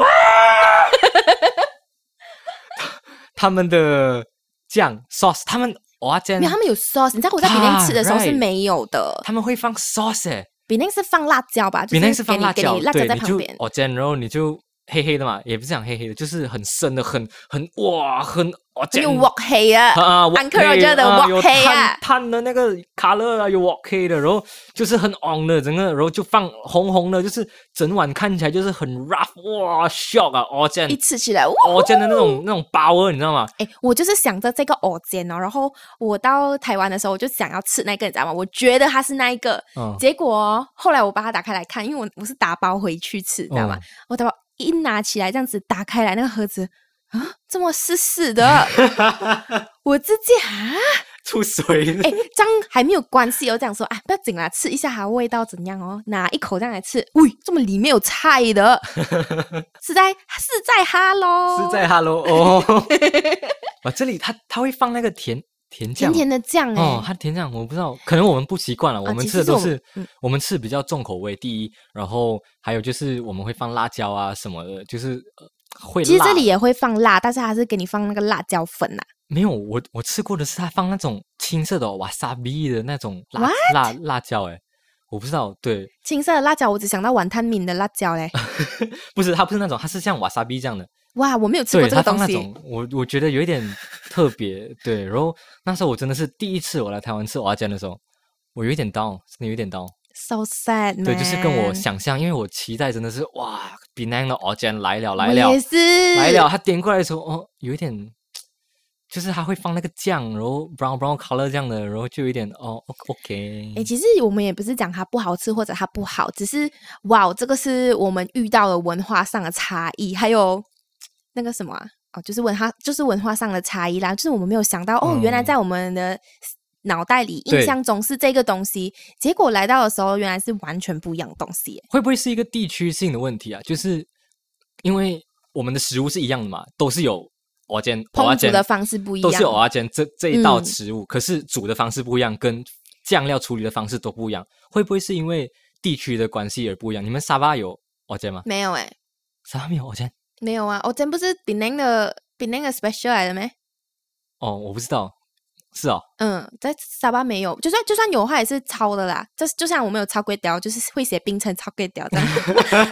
Speaker 1: 他们的酱 sauce，他们蚵仔
Speaker 2: 没
Speaker 1: 煎
Speaker 2: 有，他们有 sauce，你知道我在比内吃的时候是
Speaker 1: 啊 Right
Speaker 2: 没有的。
Speaker 1: 他们会放 sauce，哎，
Speaker 2: 比那是放辣椒吧，就
Speaker 1: 比那是
Speaker 2: 给
Speaker 1: 放
Speaker 2: 你
Speaker 1: 辣
Speaker 2: 给
Speaker 1: 椒
Speaker 2: 你，辣椒
Speaker 1: 对，
Speaker 2: 在
Speaker 1: 你
Speaker 2: 旁
Speaker 1: 就
Speaker 2: 边，
Speaker 1: 蚵煎，然后你就黑黑的嘛，也不是讲黑黑的，就是很深的，很很哇，很哇，
Speaker 2: 有
Speaker 1: 讲
Speaker 2: walk 黑啊
Speaker 1: 啊
Speaker 2: ，Uncle Roger 的 walk
Speaker 1: 有
Speaker 2: 黑
Speaker 1: 碳
Speaker 2: 啊，
Speaker 1: 碳的那个 color 啊，有 walk 黑的，然后就是很 on 的，整个然后就放红红的，就是整晚看起来就是很 rough 哇 shock 啊，哦这样
Speaker 2: 一吃起来哇！
Speaker 1: 哦这样的那种那种包啊，你知道吗？
Speaker 2: 哎，我就是想着这个藕尖哦，然后我到台湾的时候，我就想要吃那个，你知道吗？我觉得它是那一个，
Speaker 1: 嗯，
Speaker 2: 结果后来我把它打开来看，因为我我是打包回去吃，你知道吗？
Speaker 1: 嗯
Speaker 2: 我打包一拿起来，这样子打开来那个盒子啊，这么湿 湿的，我自己啊，
Speaker 1: 出水
Speaker 2: 哎、这样还没有关系哦。这样说啊，不要紧啦，吃一下它味道怎样哦，拿一口这样来吃，喂，这么里面有菜 的，是在是在哈喽，
Speaker 1: 是在 Hello 哦，啊，这里它它会放那个甜甜酱
Speaker 2: 甜。甜的酱哎、
Speaker 1: 哦，它甜酱我不知道，可能我们不习惯了。我们
Speaker 2: 其
Speaker 1: 吃的
Speaker 2: 实
Speaker 1: 都是
Speaker 2: 是我们嗯
Speaker 1: 我们吃比较重口味，第一，然后还有就是我们会放辣椒啊什么的，就是呃会辣。
Speaker 2: 其实这里也会放辣，但是它是给你放那个辣椒粉啊啦、
Speaker 1: 没有我我吃过的是它放那种青色的哦瓦萨比的那种辣辣辣椒，哎，我不知道，对，
Speaker 2: 青色的辣椒，我只想到碗探敏的辣椒嘞。
Speaker 1: 不是它不是那种，它是像瓦萨比这样的，
Speaker 2: 哇，我没有吃过
Speaker 1: 对
Speaker 2: 这
Speaker 1: 他
Speaker 2: 个
Speaker 1: 放那
Speaker 2: 东西
Speaker 1: 种，我我觉得有一点特别。对，然后那时候我真的是第一次我来台湾吃蚵仔煎的时候，我有一点 down，真的有一点 down。
Speaker 2: ，so sad
Speaker 1: 对，就是跟我
Speaker 2: man
Speaker 1: 想象，因为我期待真的是哇，比那样的蚵仔煎来了来
Speaker 2: 我
Speaker 1: 了
Speaker 2: 也是
Speaker 1: 来了，他点过来的时候，哦，有一点。就是他会放那个酱，然后 brown brown color 这样的，然后就有一点哦，OK-
Speaker 2: 哎、
Speaker 1: ，OK，
Speaker 2: 其实我们也不是讲它不好吃或者它不好，只是哇，这个是我们遇到的文化上的差异，还有那个什么、啊、哦，就是文化就是文化上的差异啦，就是我们没有想到哦，原来
Speaker 1: 嗯
Speaker 2: 在我们的脑袋里印
Speaker 1: 对
Speaker 2: 象中是这个东西，结果来到的时候原来是完全不一样的东西耶。
Speaker 1: 会不会是一个地区性的问题啊？就是因为我们的食物是一样的嘛，都是有蚵仔煎、
Speaker 2: 烹
Speaker 1: 蚵
Speaker 2: 煮
Speaker 1: 仔
Speaker 2: 的
Speaker 1: 煎
Speaker 2: 方式不一
Speaker 1: 都是有啊蚵仔
Speaker 2: 样，
Speaker 1: 煎这这一道
Speaker 2: 嗯
Speaker 1: 食物，可是煮的方式不一样，跟酱料处理的方式都不一样，会不会是因为地区的关系而不一样？你们沙巴有蚵仔煎吗？
Speaker 2: 没有哎、
Speaker 1: 沙巴没有蚵仔煎
Speaker 2: 没有啊，我真不是比那个比那个 special 来的咩？
Speaker 1: 哦，我不知道，是哦，
Speaker 2: 嗯，在沙巴没有，就算就算有，它也是抄的啦。就是就像我们有抄龟雕，就是会写冰城抄龟雕这 样，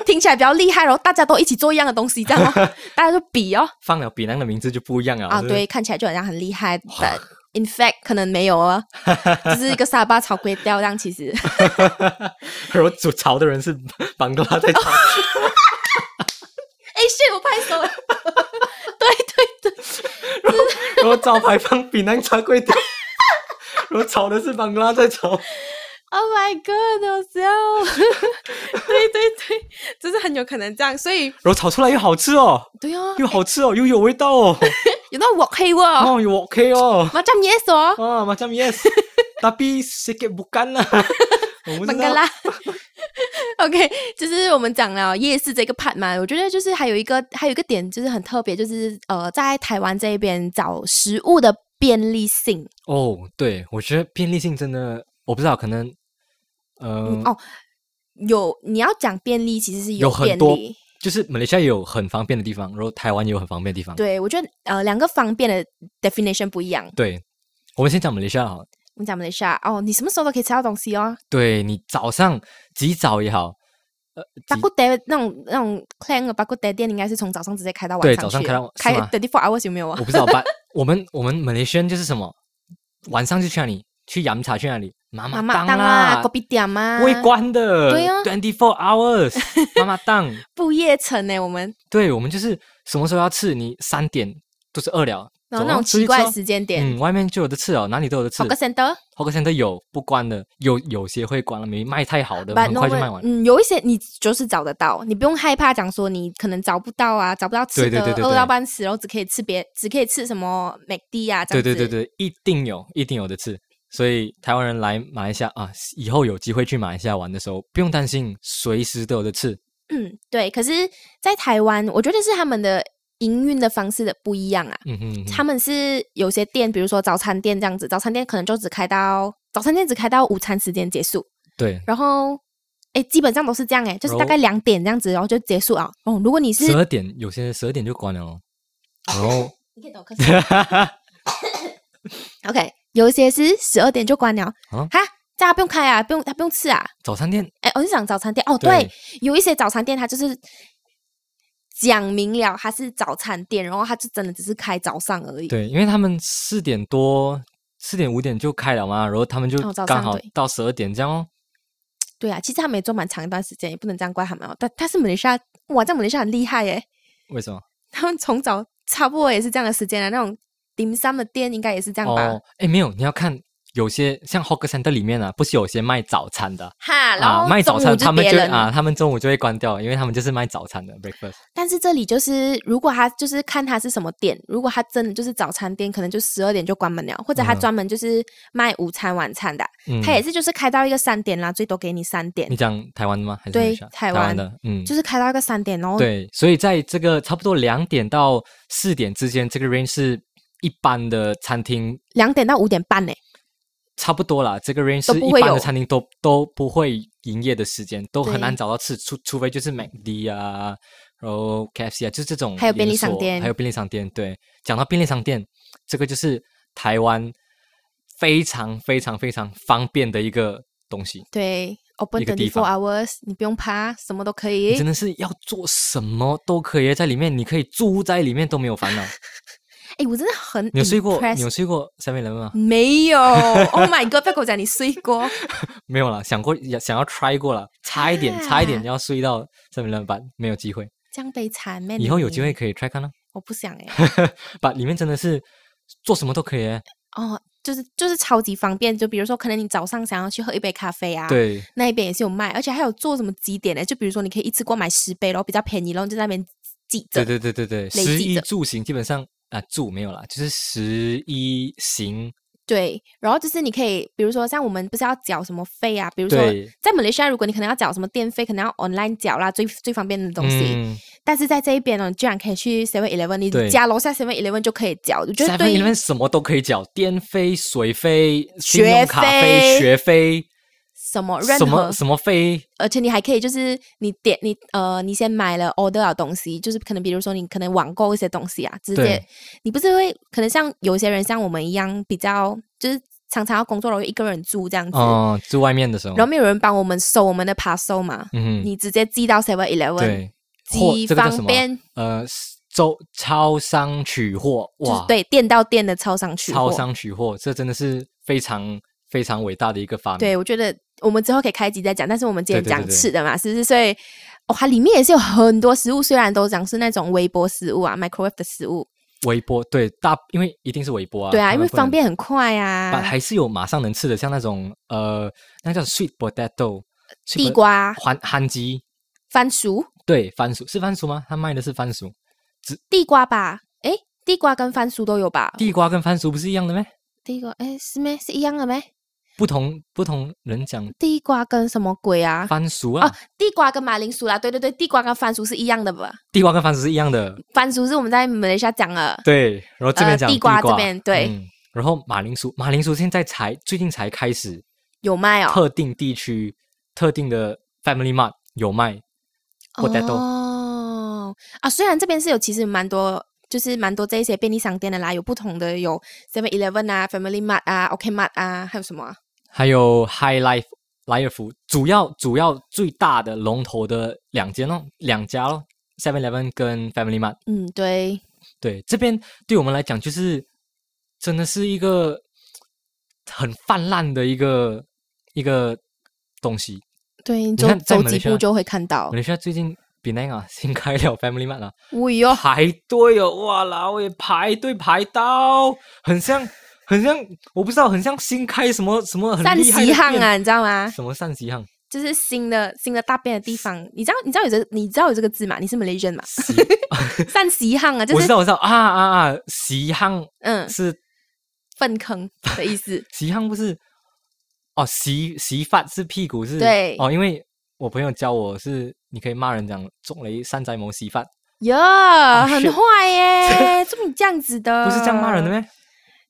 Speaker 2: 听起来比较厉害。然后大家都一起做一样的东西，这 样哦，大家就比哦
Speaker 1: 放了比那个名字就不一样了
Speaker 2: 啊，
Speaker 1: 是不是
Speaker 2: 对，看起来就好像很厉害，但 in fact 可能没有啊，只是一个沙巴抄龟雕这样。其实
Speaker 1: 然后煮潮的人是 邦哥拉在炒，
Speaker 2: 哎，shit，我拍手了， 对对对，
Speaker 1: 然后招牌放比那茶贵 掉，然后炒的是 邦哥拉在炒。
Speaker 2: Oh my god，好笑！哦 对对对，就是很有可能这样，所以
Speaker 1: 然后炒出来又好吃哦，
Speaker 2: 对哦，
Speaker 1: 又好吃哦，又有味道 哦，
Speaker 2: 有那我黑哦，
Speaker 1: 哦，有 OK 哦，
Speaker 2: macam yes 哦，
Speaker 1: 啊，macam yes，tapi sikit bukan lah 我不知道。
Speaker 2: 曼格拉。OK，就是我们讲了夜市这个 part 嘛，我觉得就是还有一个还有一个点就是很特别，就是呃，在台湾这边找食物的便利性。
Speaker 1: 哦，对，我觉得便利性真的，我不知道，可能，
Speaker 2: 嗯
Speaker 1: 嗯，
Speaker 2: 哦，有你要讲便利，其实是
Speaker 1: 有
Speaker 2: 便
Speaker 1: 很多
Speaker 2: 利。，
Speaker 1: 就是马来西亚也有很方便的地方，然后台湾也有很方便的地方。
Speaker 2: 对，我觉得呃，两个方便的 definition 不一样。
Speaker 1: 对，我们先讲马来西亚好了。
Speaker 2: 我们讲马来西亚哦，你什么时候都可以吃到东西哦，
Speaker 1: 对你早上几早也好，嗯
Speaker 2: 巴古德那种那种 clan 的巴古德店，应该是从早上直接开到晚
Speaker 1: 对
Speaker 2: 上
Speaker 1: 早上
Speaker 2: 去
Speaker 1: 开到
Speaker 2: 开
Speaker 1: 是吗
Speaker 2: thirty four hours 有没有
Speaker 1: 我
Speaker 2: 啊？
Speaker 1: 不知 道吧？我们我们马来西亚就是什么，晚上就去哪里？去饮茶去哪里？妈
Speaker 2: 妈
Speaker 1: 当
Speaker 2: 妈当啊，
Speaker 1: 啦
Speaker 2: 隔，壁店啊，
Speaker 1: 未关的，
Speaker 2: 对啊
Speaker 1: ，twenty four hours，妈妈 档。
Speaker 2: 不夜城呢、我们
Speaker 1: 对，我们就是什么时候要吃，你三点都是饿了，
Speaker 2: 然
Speaker 1: 走
Speaker 2: 后
Speaker 1: 啊
Speaker 2: 那种
Speaker 1: 咯出去
Speaker 2: 奇怪
Speaker 1: 吃
Speaker 2: 的
Speaker 1: 咯
Speaker 2: 时间点，
Speaker 1: 嗯，外面就有的吃哦，哪里都有的吃
Speaker 2: 好。个 center，
Speaker 1: 好客 center 有不关的，有有些会关了，没卖太好的，很快就卖完。
Speaker 2: 嗯，有一些你就是找得到，你不用害怕讲说你可能找不到啊，找不到吃
Speaker 1: 对对
Speaker 2: 的
Speaker 1: 对，对
Speaker 2: 饿
Speaker 1: 对
Speaker 2: 到半死，然后只可以吃别，只可以吃什么美的啊，这
Speaker 1: 对
Speaker 2: 样
Speaker 1: 对
Speaker 2: 子。
Speaker 1: 对对，一定有，一定有的吃。所以台湾人来马来西亚啊，以后有机会去马来西亚玩的时候，不用担心，随时都有的吃。
Speaker 2: 嗯，对。可是，在台湾，我觉得是他们的营运的方式的不一样啊。
Speaker 1: 嗯哼嗯哼
Speaker 2: 他们是有些店，比如说早餐店这样子，早餐店可能就只开到早餐店只开到午餐时间结束，
Speaker 1: 对，
Speaker 2: 然后哎，基本上都是这样哎，就是大概两点这样子，然后就结束啊。哦，如果你是哦
Speaker 1: 十二点有些十二点就关了哦。然后
Speaker 2: 你可以等我咳嗽 OK，有一些是十二点就关了，
Speaker 1: 啊
Speaker 2: 哈，这样不用开啊，不用他不用吃啊。
Speaker 1: 早餐店
Speaker 2: 哎，我是讲早餐店哦，对，
Speaker 1: 对
Speaker 2: 有一些早餐店它就是讲明了它是早餐店，然后它就真的只是开早上而已。
Speaker 1: 对，因为他们四点多、四点五点就开了嘛，然后他们就
Speaker 2: 哦早上
Speaker 1: 刚好
Speaker 2: 对
Speaker 1: 到十二点这样哦。
Speaker 2: 对啊，其实他们也做蛮长一段时间，也不能这样怪他们哦。但但是马来西亚，哇，在马来西亚很厉害耶，
Speaker 1: 为什么？
Speaker 2: 他们从早差不多也是这样的时间啊，那种 dim sum 的店应该也是这样吧。
Speaker 1: 哦，哎，没有，你要看有些像 Hawker Center 里面啊，不是有些卖早餐的
Speaker 2: 哈，然
Speaker 1: 啊，
Speaker 2: 后
Speaker 1: 卖
Speaker 2: 中
Speaker 1: 早
Speaker 2: 午
Speaker 1: 餐他们
Speaker 2: 别
Speaker 1: 就
Speaker 2: 人
Speaker 1: 啊，他们中午就会关掉，因为他们就是卖早餐的 breakfast。
Speaker 2: 但是这里就是，如果他就是看他是什么店，如果他真的就是早餐店，可能就十二点就关门了，或者他
Speaker 1: 嗯
Speaker 2: 专门就是卖午餐、晚餐的，
Speaker 1: 嗯，
Speaker 2: 他也是就是开到一个三点啦，最多给你三点
Speaker 1: 你，讲台湾的吗？还是
Speaker 2: 对
Speaker 1: 马来西亚
Speaker 2: 台
Speaker 1: 台
Speaker 2: 湾
Speaker 1: 的？嗯，
Speaker 2: 就是开到一个三点，然哦后
Speaker 1: 对，所以在这个差不多两点到四点之间，这个 range 是一般的餐厅
Speaker 2: 两点到五点半呢、
Speaker 1: 差不多啦。这个 range
Speaker 2: 都
Speaker 1: 是
Speaker 2: 不
Speaker 1: 一
Speaker 2: 会
Speaker 1: 般
Speaker 2: 有
Speaker 1: 的餐厅都都不会营业的时间，都
Speaker 2: 对
Speaker 1: 很难找到吃，除除非就是 McD 啊，然后 KFC 啊，就是这种
Speaker 2: 还有便利
Speaker 1: 连锁
Speaker 2: 商店
Speaker 1: 还有便利商店。对，讲到便利商店，这个就是台湾非常非常非常方便的一个东西。
Speaker 2: 对，open
Speaker 1: 一个
Speaker 2: twenty
Speaker 1: 地
Speaker 2: four
Speaker 1: 方
Speaker 2: hours，你不用怕，什么都可
Speaker 1: 你
Speaker 2: 以
Speaker 1: 真。的是要做什么都可以在里面，你可以住在里面都没有 烦恼。
Speaker 2: 哎，我真的很
Speaker 1: 你有睡过？你
Speaker 2: impressed
Speaker 1: 有睡过 Seven Eleven 吗？
Speaker 2: 没 有？Oh my god！不要跟我讲你睡过，
Speaker 1: 没有啦，想过也想要 try 过了，差一点，差一点
Speaker 2: 啊
Speaker 1: 要睡到 Seven Eleven 版，没有机会。
Speaker 2: 这样悲惨妹。
Speaker 1: 以后有机
Speaker 2: 嗯
Speaker 1: 会，可以 try 看啦。
Speaker 2: 我不想哎、
Speaker 1: 把里面真的是做什么都可以欸，
Speaker 2: 哦，就是就是超级方便，就比如说可能你早上想要去喝一杯咖啡啊，
Speaker 1: 对
Speaker 2: 那一边也是有卖，而且还有做什么几点呢？就比如说你可以一次过买十杯，然后比较便宜，然后你就在那边记着。
Speaker 1: 对对对对对，
Speaker 2: 累
Speaker 1: 十
Speaker 2: 积
Speaker 1: 一
Speaker 2: 着
Speaker 1: 住行基本上啊住没有啦，就是十一行
Speaker 2: 对然后就是你可以，比如说像我们不是要缴什么费啊？比如说
Speaker 1: 对
Speaker 2: 在马来西亚，如果你可能要缴什么电费，可能要 online 缴啦，最最方便的东西。
Speaker 1: 嗯
Speaker 2: 但是在这一边呢，你居然可以去 Seven Eleven，你
Speaker 1: 对
Speaker 2: 家楼下 Seven Eleven 就可以缴，我觉得
Speaker 1: Seven
Speaker 2: 对
Speaker 1: Eleven
Speaker 2: 于
Speaker 1: 什么都可以缴，电费、水费、信用卡
Speaker 2: 学费
Speaker 1: 费、学费，
Speaker 2: 什么任
Speaker 1: 什
Speaker 2: 何
Speaker 1: 么什么费，
Speaker 2: 而且你还可以就是你点你呃，你先买了 order 了东西，就是可能比如说你可能网购一些东西啊，直接
Speaker 1: 对
Speaker 2: 你不是会可能像有些人像我们一样比较就是常常要工作然后一个人住这样子，
Speaker 1: 哦，住外面的时候
Speaker 2: 然，后没有人帮我们收我们的 parcel 嘛，
Speaker 1: 嗯哼，
Speaker 2: 你直接寄到 Seven Eleven，
Speaker 1: 对，或
Speaker 2: 极
Speaker 1: 这个叫什
Speaker 2: 方
Speaker 1: 么？
Speaker 2: 便，
Speaker 1: 呃，周超商取货，
Speaker 2: 就是
Speaker 1: 哇，
Speaker 2: 对店到店的超商取货，
Speaker 1: 超商取货，这真的是非常非常伟大的一个发明。
Speaker 2: 对，我觉得我们之后可以开一集再讲，但是我们今天
Speaker 1: 对对
Speaker 2: 讲
Speaker 1: 对对
Speaker 2: 吃的嘛，是不是？所以哦，它里面也是有很多食物，虽然都讲是那种微波食物啊，microwave 的食物，
Speaker 1: 微波，对大，因为一定是微波啊。
Speaker 2: 对啊，
Speaker 1: 他
Speaker 2: 因
Speaker 1: 们
Speaker 2: 为
Speaker 1: 不能
Speaker 2: 方，便很快
Speaker 1: 但
Speaker 2: 啊，
Speaker 1: 还是有马上能吃的，像那种呃，那叫 sweet potato，sweet
Speaker 2: 地
Speaker 1: pot-
Speaker 2: 瓜、
Speaker 1: 番番鸡，
Speaker 2: 番薯、
Speaker 1: 对，番薯是番薯吗？他卖的是番薯，
Speaker 2: 哦地瓜吧？诶，地瓜跟番薯都有吧？
Speaker 1: 地瓜跟番薯不是一样的咩？
Speaker 2: 地瓜，诶，是咩？是一样的咩？
Speaker 1: 不同不同人讲
Speaker 2: 地瓜跟什么鬼啊？
Speaker 1: 番薯啊，
Speaker 2: 哦，地瓜跟马铃薯啦，对对对，地瓜跟番薯是一样的吧？
Speaker 1: 地瓜跟番薯是一样的，
Speaker 2: 番薯是我们在马来西亚讲的，
Speaker 1: 对。然后这边
Speaker 2: 呃
Speaker 1: 讲
Speaker 2: 地瓜
Speaker 1: 瓜
Speaker 2: 这边对
Speaker 1: 嗯然后马铃薯，马铃薯现在才最近才开始
Speaker 2: 有卖哦。
Speaker 1: 特定地区、特定的 Family Mart 有卖 potato，、
Speaker 2: 哦啊，虽然这边是有其实蛮多，就是蛮多这一些便利商店的啦，有不同的，有 Seven Eleven 啊、Family Mart 啊、OK Mart 啊，还有什么、啊？
Speaker 1: 还有 High Life 莱尔福，主要主要最大的龙头的两间哦，两家咯 Seven Eleven 跟 Family Mart。
Speaker 2: 嗯，对，
Speaker 1: 对，这边对我们来讲就是真的是一个很泛滥的一个一个东西。
Speaker 2: 对，你
Speaker 1: 你
Speaker 2: 走
Speaker 1: 看在
Speaker 2: 走
Speaker 1: 马
Speaker 2: 几
Speaker 1: 来西
Speaker 2: 步
Speaker 1: 亚
Speaker 2: 就会看到
Speaker 1: 马。来西亚最近比那个、啊、 新开了 Family Mart 啊，
Speaker 2: 哎哟，
Speaker 1: 排队哦，哇啦喂，排队排到，很像很像，我不知道，很像新开什么什么很
Speaker 2: 善
Speaker 1: 厉害
Speaker 2: 西
Speaker 1: 的
Speaker 2: 巷
Speaker 1: 店
Speaker 2: 啊，你知道吗？
Speaker 1: 什么善西巷？
Speaker 2: 就是新的新的大便的地方，你知道你知道有这你知道有这个字吗？你是 Malaysian 吗？
Speaker 1: 西
Speaker 2: 善西巷啊，就
Speaker 1: 我知
Speaker 2: 是
Speaker 1: 道我知道啊啊啊，西巷
Speaker 2: 嗯
Speaker 1: 是
Speaker 2: 粪坑的意
Speaker 1: 。
Speaker 2: 思
Speaker 1: 西巷不是？哦，洗洗发是屁股是？
Speaker 2: 对
Speaker 1: 哦，因为我朋友教我是，你可以骂人讲中雷山寨谋洗发，
Speaker 2: 哟、很
Speaker 1: Oh， shit
Speaker 2: 坏耶！ 祝你这样子的，
Speaker 1: 不是这样骂人的咩？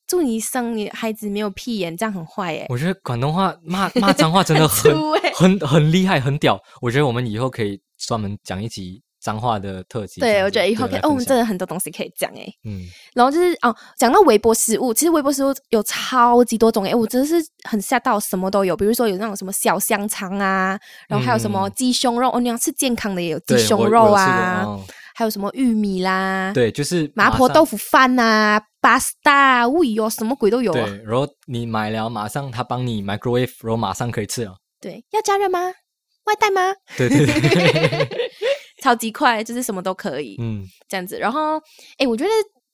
Speaker 2: 祝你生你孩子没有屁眼，这样很坏耶。
Speaker 1: 我觉得广东话 骂骂脏话真的很
Speaker 2: 粗欸
Speaker 1: 很很厉害，很屌。我觉得我们以后可以专门讲一集脏话的特辑。
Speaker 2: 对，我觉得以后可
Speaker 1: 对
Speaker 2: 以，哦，我们
Speaker 1: 来分享
Speaker 2: 真，的很多东西可以讲哎。
Speaker 1: 嗯，
Speaker 2: 然后就是哦，讲到微波食物，其实微波食物有超级多种哎，我真的是很吓到，什么都有，比如说有那种什么小香肠啊，然后还有什么
Speaker 1: 嗯
Speaker 2: 鸡胸肉，哦，你要吃健康的也有鸡
Speaker 1: 对
Speaker 2: 胸
Speaker 1: 我
Speaker 2: 肉
Speaker 1: 我有吃过
Speaker 2: 啊，
Speaker 1: 哦
Speaker 2: 还有什么玉米啦，
Speaker 1: 对，就是
Speaker 2: 麻
Speaker 1: 马
Speaker 2: 婆
Speaker 1: 上
Speaker 2: 豆腐饭呐、啊、巴斯达，喂哟，什么鬼都有、啊。
Speaker 1: 对，然后你买了，马上他帮你 microwave，然后马上可以吃了。
Speaker 2: 对，要加热吗？外带吗？
Speaker 1: 对对对，
Speaker 2: 超级快，就是什么都可以、
Speaker 1: 嗯
Speaker 2: 这样子。然后，哎，我觉得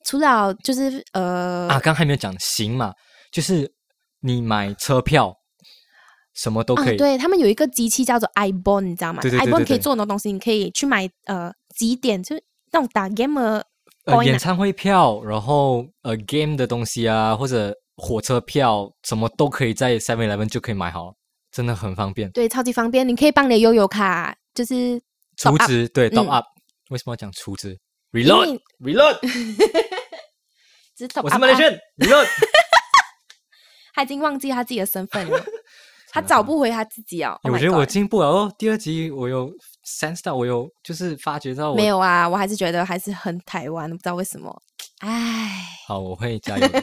Speaker 2: 除了就是呃，
Speaker 1: 啊，刚还没有讲行嘛，就是你买车票什么都可以，
Speaker 2: 啊、对他们有一个机器叫做 iBon，你知道吗
Speaker 1: 对对对对
Speaker 2: iBon 可以
Speaker 1: 对
Speaker 2: 做很多东西，你可以去买呃几点，就是那种打 game 的
Speaker 1: 呃，
Speaker 2: point
Speaker 1: 演
Speaker 2: 啊
Speaker 1: 唱会票，然后呃 game 的东西啊，或者火车票，什么都可以在 Seven Eleven 就可以买好了，真的很方便。
Speaker 2: 对，超级方便。你可以办你的悠游卡，就是
Speaker 1: 储
Speaker 2: top up
Speaker 1: 值对 top
Speaker 2: 嗯
Speaker 1: up，为什么要讲储值
Speaker 2: 因
Speaker 1: ？Reload
Speaker 2: 为
Speaker 1: reload，
Speaker 2: 只是 top
Speaker 1: 我是
Speaker 2: up
Speaker 1: 马来
Speaker 2: 啊
Speaker 1: 西亚 reload，
Speaker 2: 他已经忘记他自己的身份 了，他找不回他自己哦。Oh
Speaker 1: 我
Speaker 2: my
Speaker 1: 觉得我
Speaker 2: God
Speaker 1: 进步了哦。第二集我有 sense 到，我有就是发觉到我
Speaker 2: 没有啊，我还是觉得还是很台湾，不知道为什么。唉，
Speaker 1: 好，我会加油 的。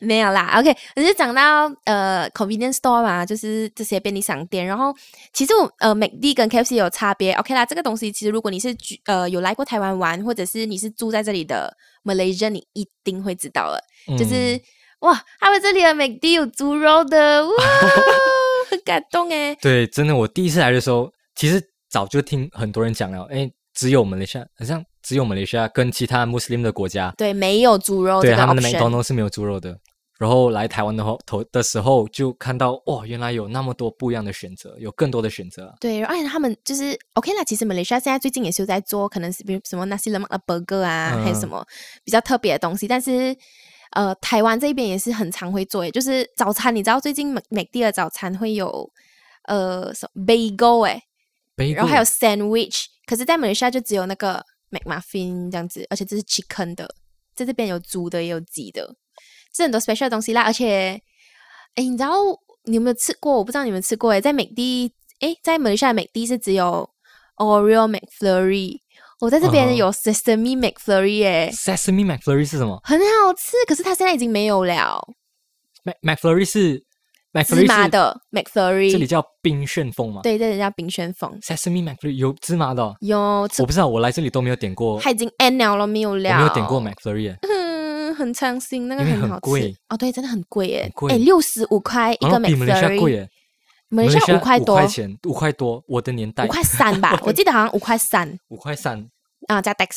Speaker 2: 没有啦。OK，可是讲到呃，convenience store 嘛，就是这些便利商店。然后其实我呃，McD 跟 KFC 有差别。OK 啦，这个东西其实如果你是居呃有来过台湾玩，或者是你是住在这里的 Malaysia，你一定会知道的。
Speaker 1: 嗯
Speaker 2: 就是、哇，他们这里的 McD 有猪肉的， 哇，很感动哎
Speaker 1: 嗯。对，真的，我第一次来的时候，其实早就听很多人讲了，哎，只有马来西亚，好像只有马来西亚跟其他穆斯林的国家，
Speaker 2: 对，没有猪肉哦这
Speaker 1: 对
Speaker 2: 个
Speaker 1: 他们的
Speaker 2: option。
Speaker 1: McDonald 是没有猪肉的。然后来台湾的后头的时候，就看到哇、原来有那么多不一样的选择，有更多的选择啊。
Speaker 2: 对，而且他们就是 OK 啦。其实马来西亚现在最近也是有在做，可能是比如什么那些冷 a burger 啊，还有什
Speaker 1: 嗯
Speaker 2: 么比较特别的东西。但是呃，台湾这边也是很常会做耶，就是早餐，你知道最近美美的早餐会有呃什么 bagel 哎，
Speaker 1: Bagel
Speaker 2: 然后还有 sandwich，可是在马来西亚就只有那个 McMuffin 这样子，而且这是 chicken 的，在这边有猪的也有鸡的，这很多 special 的东西啦。而且，哎，你知道你有没有吃过？我不知道你们吃过哎，在美的，哎，在马来西亚的美的是只有 Oreo McFlurry，我、在这
Speaker 1: 嗯哼
Speaker 2: 边有 Sesame McFlurry 哎、
Speaker 1: Sesame McFlurry 是什么
Speaker 2: 很好吃，可是它现在已经没有了。
Speaker 1: ？Mc McFlurry 是
Speaker 2: 芝
Speaker 1: McFlurry
Speaker 2: 麻
Speaker 1: 是
Speaker 2: 的
Speaker 1: 这里
Speaker 2: McFlurry，
Speaker 1: 叫冰旋风嘛？
Speaker 2: 对，这里叫冰旋风，
Speaker 1: ，Sesame McFlurry 有芝麻的哦、
Speaker 2: 有吃
Speaker 1: 我不知道，我来这里都没有点过，
Speaker 2: 它已经 end 了咯，没有
Speaker 1: 我
Speaker 2: 了，
Speaker 1: 没有点过 McFlurry 耶
Speaker 2: 嗯， 很伤心，那个
Speaker 1: 因为
Speaker 2: 很
Speaker 1: 很
Speaker 2: 好吃
Speaker 1: 贵
Speaker 2: 哦，对，真的很贵耶
Speaker 1: 很，贵
Speaker 2: 哎，六十五块一
Speaker 1: 然
Speaker 2: 个
Speaker 1: 后比马来西亚贵
Speaker 2: McFlurry，
Speaker 1: 耶，
Speaker 2: 马来西
Speaker 1: 西
Speaker 2: 亚
Speaker 1: 亚
Speaker 2: 五块
Speaker 1: 五
Speaker 2: 多，
Speaker 1: 块钱，五块多，我的年代
Speaker 2: 五块 三吧，我记得好像五块三
Speaker 1: 五块三，
Speaker 2: 啊，加 tax，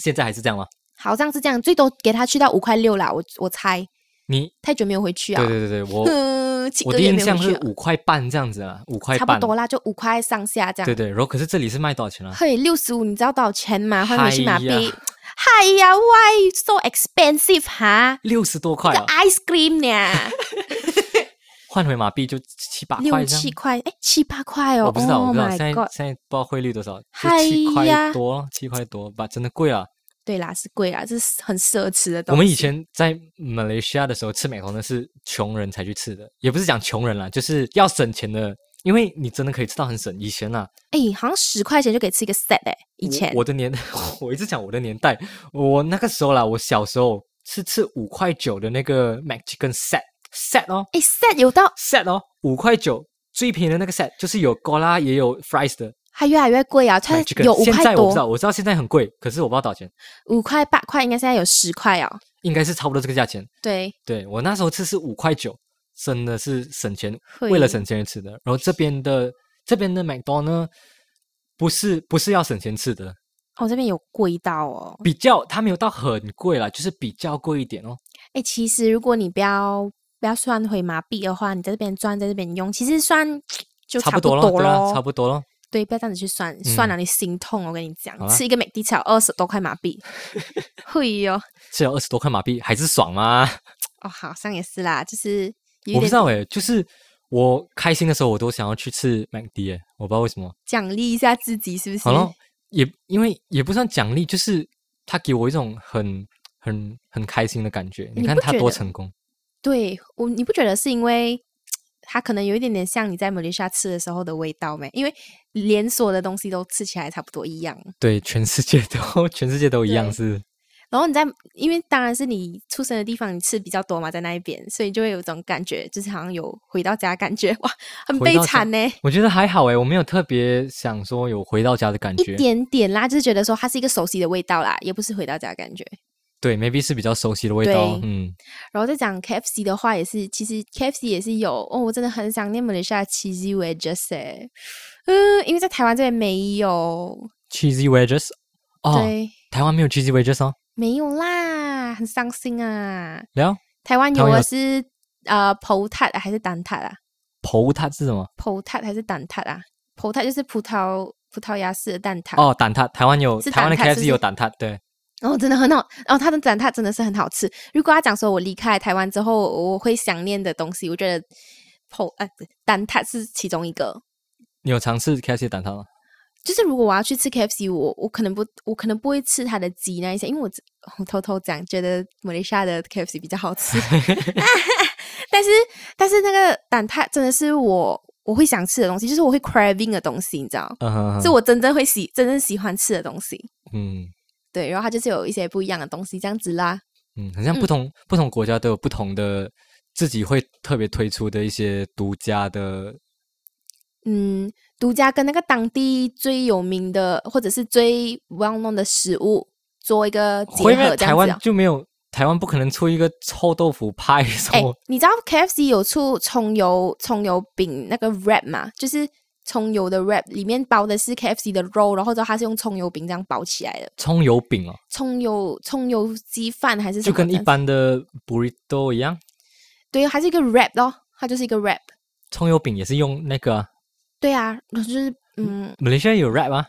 Speaker 1: 现在还是这样吗？
Speaker 2: 好像是这样，最多给他去到五块六啦，我我猜，
Speaker 1: 你
Speaker 2: 太久没有回去啊
Speaker 1: 对，对对对，我
Speaker 2: 嗯，几
Speaker 1: 我
Speaker 2: 个
Speaker 1: 的
Speaker 2: 月
Speaker 1: 印
Speaker 2: 没有
Speaker 1: 象
Speaker 2: 回去
Speaker 1: 是
Speaker 2: 了，
Speaker 1: 五块半这样子啊，五块
Speaker 2: 差不
Speaker 1: 半，
Speaker 2: 多啦，就五块上下这
Speaker 1: 对
Speaker 2: 样。
Speaker 1: 对，然后可是这里是卖多少钱啊？
Speaker 2: 嘿，六十五，你知道多少钱吗？换回去马币
Speaker 1: 嗨呀，
Speaker 2: 嗨呀，Why so expensive 哈？
Speaker 1: 六十多块
Speaker 2: 这
Speaker 1: 啊，
Speaker 2: ice cream 呢？
Speaker 1: 换回马币就七八
Speaker 2: 六
Speaker 1: 块这
Speaker 2: 七
Speaker 1: 样。
Speaker 2: 块，哎，七八块哦，
Speaker 1: 我不知道，我
Speaker 2: Oh
Speaker 1: 不知道，
Speaker 2: my
Speaker 1: 现在
Speaker 2: God
Speaker 1: 现在不知道汇率多少，就
Speaker 2: 嗨
Speaker 1: 七块
Speaker 2: 呀
Speaker 1: 多，七块多吧，真的贵啊！
Speaker 2: 对啦，是贵啊啦，这是很奢侈的东西。
Speaker 1: 我们以前在马来西亚的时候吃美团的是穷人才去吃的，也不是讲穷人啦，就是要省钱的，因为你真的可以吃到很省。以前啊啦，
Speaker 2: 哎、好像十块钱就可以吃一个 set 哎、以前
Speaker 1: 我我的年 代，我一直讲我的年代，我那个时候啦，我小时候是吃五块九的那个 Mac Chicken set set 哦
Speaker 2: 哎、set 有到，
Speaker 1: set 哦，五块九最便宜的那个 set 就是有 Gola 也有 fries 的
Speaker 2: 它越来越贵啊，它
Speaker 1: Mac Chicken。
Speaker 2: 有五
Speaker 1: 哎现
Speaker 2: 块
Speaker 1: 在我不知道，
Speaker 2: 多，
Speaker 1: 我知道现在很贵，可是我不知道多少钱，
Speaker 2: 五块八块，应该现在有十块哦。
Speaker 1: 应该是差不多这个价钱。
Speaker 2: 对，
Speaker 1: 对我那时候吃是五块九，真的是省钱，
Speaker 2: 会
Speaker 1: 为了省钱而吃的。然后这边的这边的 McDonald 不是不是要省钱吃的，
Speaker 2: 哦，这边有贵到哦。
Speaker 1: 比较它没有到很贵啦，就是比较贵一点哦。
Speaker 2: 哎、其实如果你不要不要算回麻币的话，你在这边赚，在这边用，其实算就
Speaker 1: 差
Speaker 2: 不
Speaker 1: 不多咯，
Speaker 2: 咯。
Speaker 1: 对啊，差不多咯。
Speaker 2: 对，不要这样子去算，算了你心痛。我跟你讲
Speaker 1: 好，啊啦
Speaker 2: 吃一个美的才二十多块马 币，会哟、哦。
Speaker 1: 吃啊了二十多块马币，还是爽吗？
Speaker 2: 哦，好像也是啦，就是有
Speaker 1: 我不
Speaker 2: 一
Speaker 1: 知
Speaker 2: 点
Speaker 1: 道诶，就是我开心的时候，我都想要去吃麦迪诶，我不知道为什么。
Speaker 2: 奖励一下自己，是不是？
Speaker 1: 好了，也因为也不算奖励，就是他给我一种很很很开心的感觉。你
Speaker 2: 你
Speaker 1: 看
Speaker 2: 不
Speaker 1: 他
Speaker 2: 觉
Speaker 1: 多
Speaker 2: 得
Speaker 1: 成功，
Speaker 2: 对我，你不觉得是因为它可能有一点点像你在马来西亚吃的时候的味道没？因为连锁的东西都吃起来差不对差不多一样。
Speaker 1: 对，全世界都全世界都一样
Speaker 2: 对
Speaker 1: 是。
Speaker 2: 然后你在，因为当然是你出生的地方，你吃比较多嘛，在那一边，所以就会有一种感觉，就是好像有回到家感觉，哇，很
Speaker 1: 回
Speaker 2: 悲
Speaker 1: 到家
Speaker 2: 惨呢、
Speaker 1: 我觉得还好欸诶，我没有特别想说有回到家的感
Speaker 2: 一
Speaker 1: 觉。
Speaker 2: 点点啦，就是觉得说它是一个熟悉的味道啦，也不是回到家的感觉。
Speaker 1: 对，maybe 是比较熟悉的味道
Speaker 2: 对。
Speaker 1: 嗯，
Speaker 2: 然后再讲 KFC 的话，也是其实 KFC 也是有哦，我真的很想念马来西亚 cheesy wedges 哎，嗯，因为在台湾这边没有，
Speaker 1: cheesy wedges 哦，
Speaker 2: 对，
Speaker 1: 台湾没有 cheesy wedges 哦。
Speaker 2: 没有啦，很伤心啊。
Speaker 1: 聊
Speaker 2: 台湾有
Speaker 1: 台湾
Speaker 2: 的
Speaker 1: 有
Speaker 2: 是呃葡挞啊还是蛋挞啊？
Speaker 1: 葡挞是什么？
Speaker 2: 葡挞还是蛋挞啊？葡挞就是葡萄葡萄牙式的蛋挞
Speaker 1: 哦，蛋挞。台湾有
Speaker 2: 是
Speaker 1: 台湾的
Speaker 2: 蛋挞是不
Speaker 1: KFC
Speaker 2: 是
Speaker 1: 有蛋挞，对，
Speaker 2: 哦，真的很好，哦，它的蛋挞真的是很好吃。如果他讲说我离开台湾之后我会想念的东西，我觉得葡呃蛋挞是其中一个。
Speaker 1: 你有尝试 KFC 的蛋挞吗？
Speaker 2: 就是如果我要去吃 KFC，我我可能不我可能不会吃它的鸡那一些，因为我只我偷偷讲，觉得马来西亚的 KFC 比较好吃。 但是但是那个蛋挞真的是我我会想吃的东西，就是我会 craving 的东西，你知道，
Speaker 1: 嗯哼
Speaker 2: 是
Speaker 1: 哼，
Speaker 2: 我真正会喜真正喜欢吃的东西。
Speaker 1: 嗯
Speaker 2: 对，然后它就是有一些不一样的东西这样子啦。
Speaker 1: 嗯，很像不同不同国家都有不同的自己会特别推出的一些独家的
Speaker 2: 嗯，独家跟那个当地最有名的或者是最 well known 的食物做一个结
Speaker 1: 会不
Speaker 2: 合，
Speaker 1: 会
Speaker 2: 这
Speaker 1: 台
Speaker 2: 样子哦
Speaker 1: 湾。就没有？台湾不可能出一个臭豆腐派什
Speaker 2: 哎、
Speaker 1: 么？
Speaker 2: 你知道 KFC 有出葱油葱油饼那个 wrap 吗？就是葱油的 wrap，里面包的是 KFC 的肉，然后之后它是用葱油饼这样包起来的，
Speaker 1: 葱油饼哦，
Speaker 2: 葱油葱油鸡饭还是什
Speaker 1: 就
Speaker 2: 么这
Speaker 1: 跟
Speaker 2: 样
Speaker 1: 一
Speaker 2: 子？
Speaker 1: 般的 burrito 一样，
Speaker 2: 对，它是一个 wrap 咯，它就是一个 wrap。
Speaker 1: 葱油饼也是用那个啊
Speaker 2: 对啊，就是嗯，
Speaker 1: 马来西亚有 wrap 吗？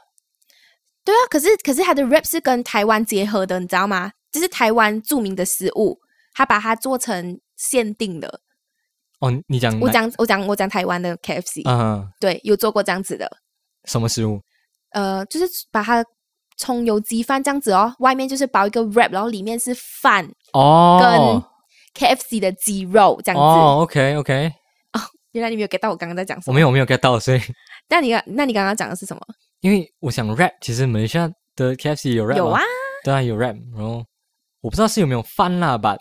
Speaker 2: 对啊，可是可是它的 wrap 是跟台湾结合的，你知道吗？这是台湾著名的食物，它把它做成限定的。
Speaker 1: 哦，你你讲
Speaker 2: 我
Speaker 1: 哪
Speaker 2: 讲我讲我讲台湾的 KFC，、
Speaker 1: 嗯、
Speaker 2: 对，有做过这样子的。
Speaker 1: 什么食物？
Speaker 2: 呃，就是把它葱油鸡饭这样子哦，外面就是包一个 wrap，然后里面是饭跟
Speaker 1: 哦
Speaker 2: KFC 的鸡肉这样子。
Speaker 1: 哦，OK OK，
Speaker 2: 原来你没有 get 到我刚刚在讲什
Speaker 1: 我
Speaker 2: 么？
Speaker 1: 没有我没有 get 到，所以
Speaker 2: 那你刚那你刚刚讲的是什么？
Speaker 1: 因为我想 wrap，其实马来西亚的 KFC 有 wrap
Speaker 2: 有啊，，
Speaker 1: 对啊有 wrap，然后我不知道是有没有饭啦吧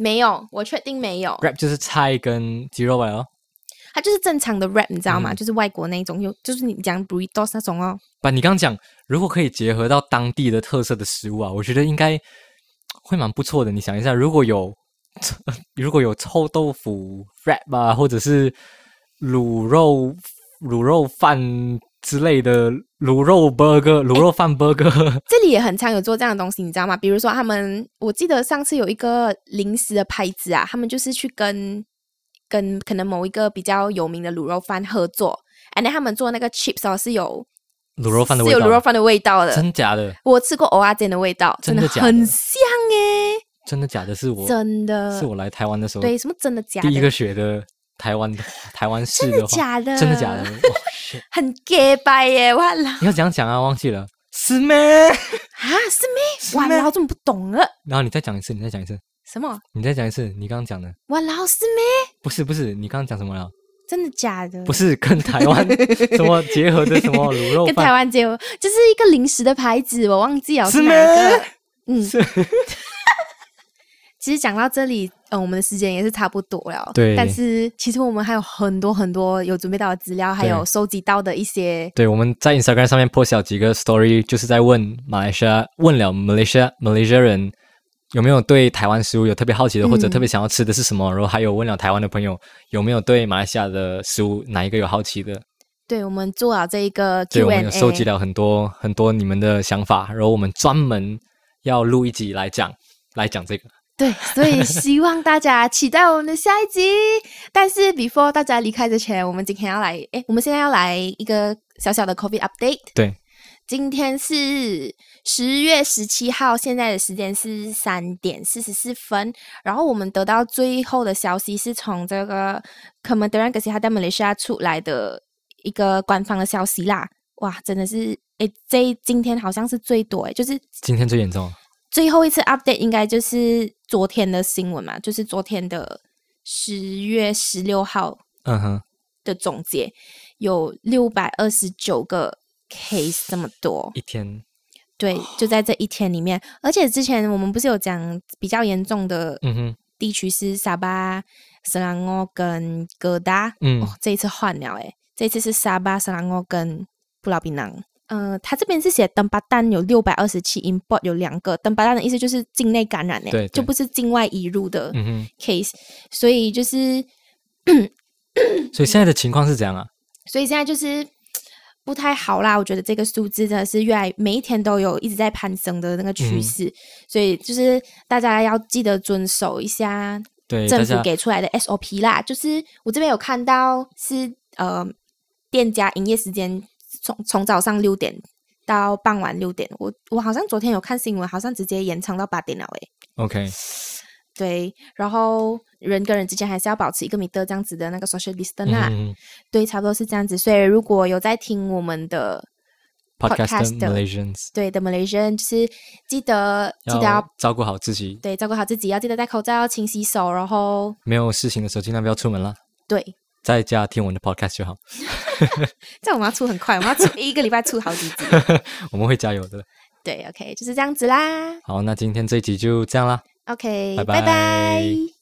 Speaker 2: 没有，我确定没有。
Speaker 1: ，wrap 就是菜跟鸡肉吧哦。
Speaker 2: 它就是正常的 wrap，你知道
Speaker 1: 嗯
Speaker 2: 吗？就是外国那一种，有就是你讲 burritos 那种哦。
Speaker 1: 把你刚刚讲，如果可以结合到当地的特色的食物啊，我觉得应该会蛮不错的。你想一下，如果有 如果有臭豆腐 wrap 啊，或者是卤肉卤肉饭之类的卤肉 burger、卤肉饭 burger，
Speaker 2: 这里也很常有做这样的东西，你知道吗？比如说他们，我记得上次有一个零食的牌子啊，他们就是去跟跟可能某一个比较有名的卤肉饭合作，and then 他们做那个 chips 哦是有
Speaker 1: 卤肉饭的
Speaker 2: 是
Speaker 1: 味
Speaker 2: 有
Speaker 1: 道，
Speaker 2: 卤肉饭的味道的。
Speaker 1: 真假的？
Speaker 2: 我吃过蚵仔煎的味道，
Speaker 1: 真
Speaker 2: 真
Speaker 1: 的假的
Speaker 2: 很像诶，
Speaker 1: 真的假的？是我
Speaker 2: 真的
Speaker 1: 是我来台湾的时候，
Speaker 2: 呃对什么真的假的？
Speaker 1: 第一个学的台湾台湾式
Speaker 2: 真的
Speaker 1: 的话，
Speaker 2: 假的？
Speaker 1: 真的假的？ 哇 shit
Speaker 2: 很 gay 白耶！哇啦
Speaker 1: 你要怎样讲啊？忘记了是咩？
Speaker 2: 啊，是
Speaker 1: 是
Speaker 2: 咩？哇
Speaker 1: 咩
Speaker 2: 啦，我怎么不懂了？
Speaker 1: 然后你再讲一次，你再讲一次，
Speaker 2: 什么？
Speaker 1: 你再讲一次，你刚刚讲的
Speaker 2: 哇啦，是咩？
Speaker 1: 不是不是，你刚刚讲什么了？
Speaker 2: 真的假的？
Speaker 1: 不是跟台湾什么结合的什么卤肉
Speaker 2: 跟台
Speaker 1: 饭？
Speaker 2: 湾结合，就是一个零食的牌子，我忘记了
Speaker 1: 是
Speaker 2: 是哪一
Speaker 1: 咩
Speaker 2: 个。嗯
Speaker 1: 是，
Speaker 2: 其实讲到这里，嗯，我们的时间也是差不多了。
Speaker 1: 对
Speaker 2: 但是其实我们还有很多很多有准备到的资料，还有收集到的一些
Speaker 1: 对，我们在 Instagram 上面 post 了几个 story，就是在问马来西亚，问了马来西亚马来西亚人有没有对台湾食物有特别好奇的，或者
Speaker 2: 嗯
Speaker 1: 特别想要吃的是什么，然后还有问了台湾的朋友有没有对马来西亚的食物哪一个有好奇的，
Speaker 2: 对，我们做了这一个
Speaker 1: 对，我
Speaker 2: Q&A，
Speaker 1: 们有收集了很多很多你们的想法，然后我们专门要录一集来讲来讲这个。
Speaker 2: 对，所以希望大家期待我们的下一集。但是 before 大家离开之前，我们今天要来，诶，我们现在要来一个小小的 COVID update。
Speaker 1: 对，
Speaker 2: 今天是十月十七号，现在的时间是三点四十四分。然后我们得到最后的消息是从这个 c o m m a n d e r a n g a s i h a d a m a l a y s i a 出来的一个官方的消息啦。哇，真的是，诶，这一今天好像是最多诶，就是
Speaker 1: 今天最严重了，
Speaker 2: 最后一次 update 应该就是昨天的新闻嘛，就是昨天的十月十六号
Speaker 1: 嗯哼，
Speaker 2: 的总结，有六百二十九个 case 这么多。
Speaker 1: 一天
Speaker 2: 对，就在这一天里面。而且之前我们不是有讲比较严重的
Speaker 1: 嗯哼，
Speaker 2: 地区是沙巴、斯兰奥跟哥达，
Speaker 1: 嗯
Speaker 2: 哦，这一次换了诶，这一次是沙巴、斯兰奥跟布拉比囊。嗯、呃，他这边是写登巴丹有六百二十七，import 有两个，登巴丹的意思就是境内感染诶，欸
Speaker 1: 对对
Speaker 2: 就不是境外移入的
Speaker 1: 嗯哼。
Speaker 2: case，、所以就是，
Speaker 1: 所以现在的情况是怎样啊？
Speaker 2: 所以现在就是。不太好啦，我觉得这个数字真的是越来每一天都有一直在攀升的那个趋
Speaker 1: 嗯
Speaker 2: 势，所以就是大家要记得遵守一下
Speaker 1: 对，大
Speaker 2: 政府
Speaker 1: 家
Speaker 2: 给出来的 SOP 啦，就是我这边有看到是呃，店家营业时间从从早上六点到傍晚六点，我我好像昨天有看新闻，好像直接延长到八点了诶。
Speaker 1: OK，
Speaker 2: 对，然后人跟人之间还是要保持一个米的这样子的那个 social
Speaker 1: 嗯
Speaker 2: distance 啊，
Speaker 1: 哼
Speaker 2: 对，差不多是这样子。所以如果有在听我们的
Speaker 1: Podcast
Speaker 2: Podcaster
Speaker 1: Malaysians
Speaker 2: 对的 Malaysian，就是记得记得要
Speaker 1: 要照顾好自己，
Speaker 2: 对照顾好自己，要记得戴口罩，勤洗手，然后
Speaker 1: 没有事情的时候尽量不要出门啦，
Speaker 2: 对，
Speaker 1: 在家听我们的 Podcast 就好，
Speaker 2: 这样我们要出很快，我们要 出一个礼拜出好几集。
Speaker 1: 我们会加油的。
Speaker 2: 对，OK，就是这样子啦。
Speaker 1: 好，那今天这一集就这样啦。
Speaker 2: OK，
Speaker 1: 拜
Speaker 2: 拜
Speaker 1: 拜
Speaker 2: 拜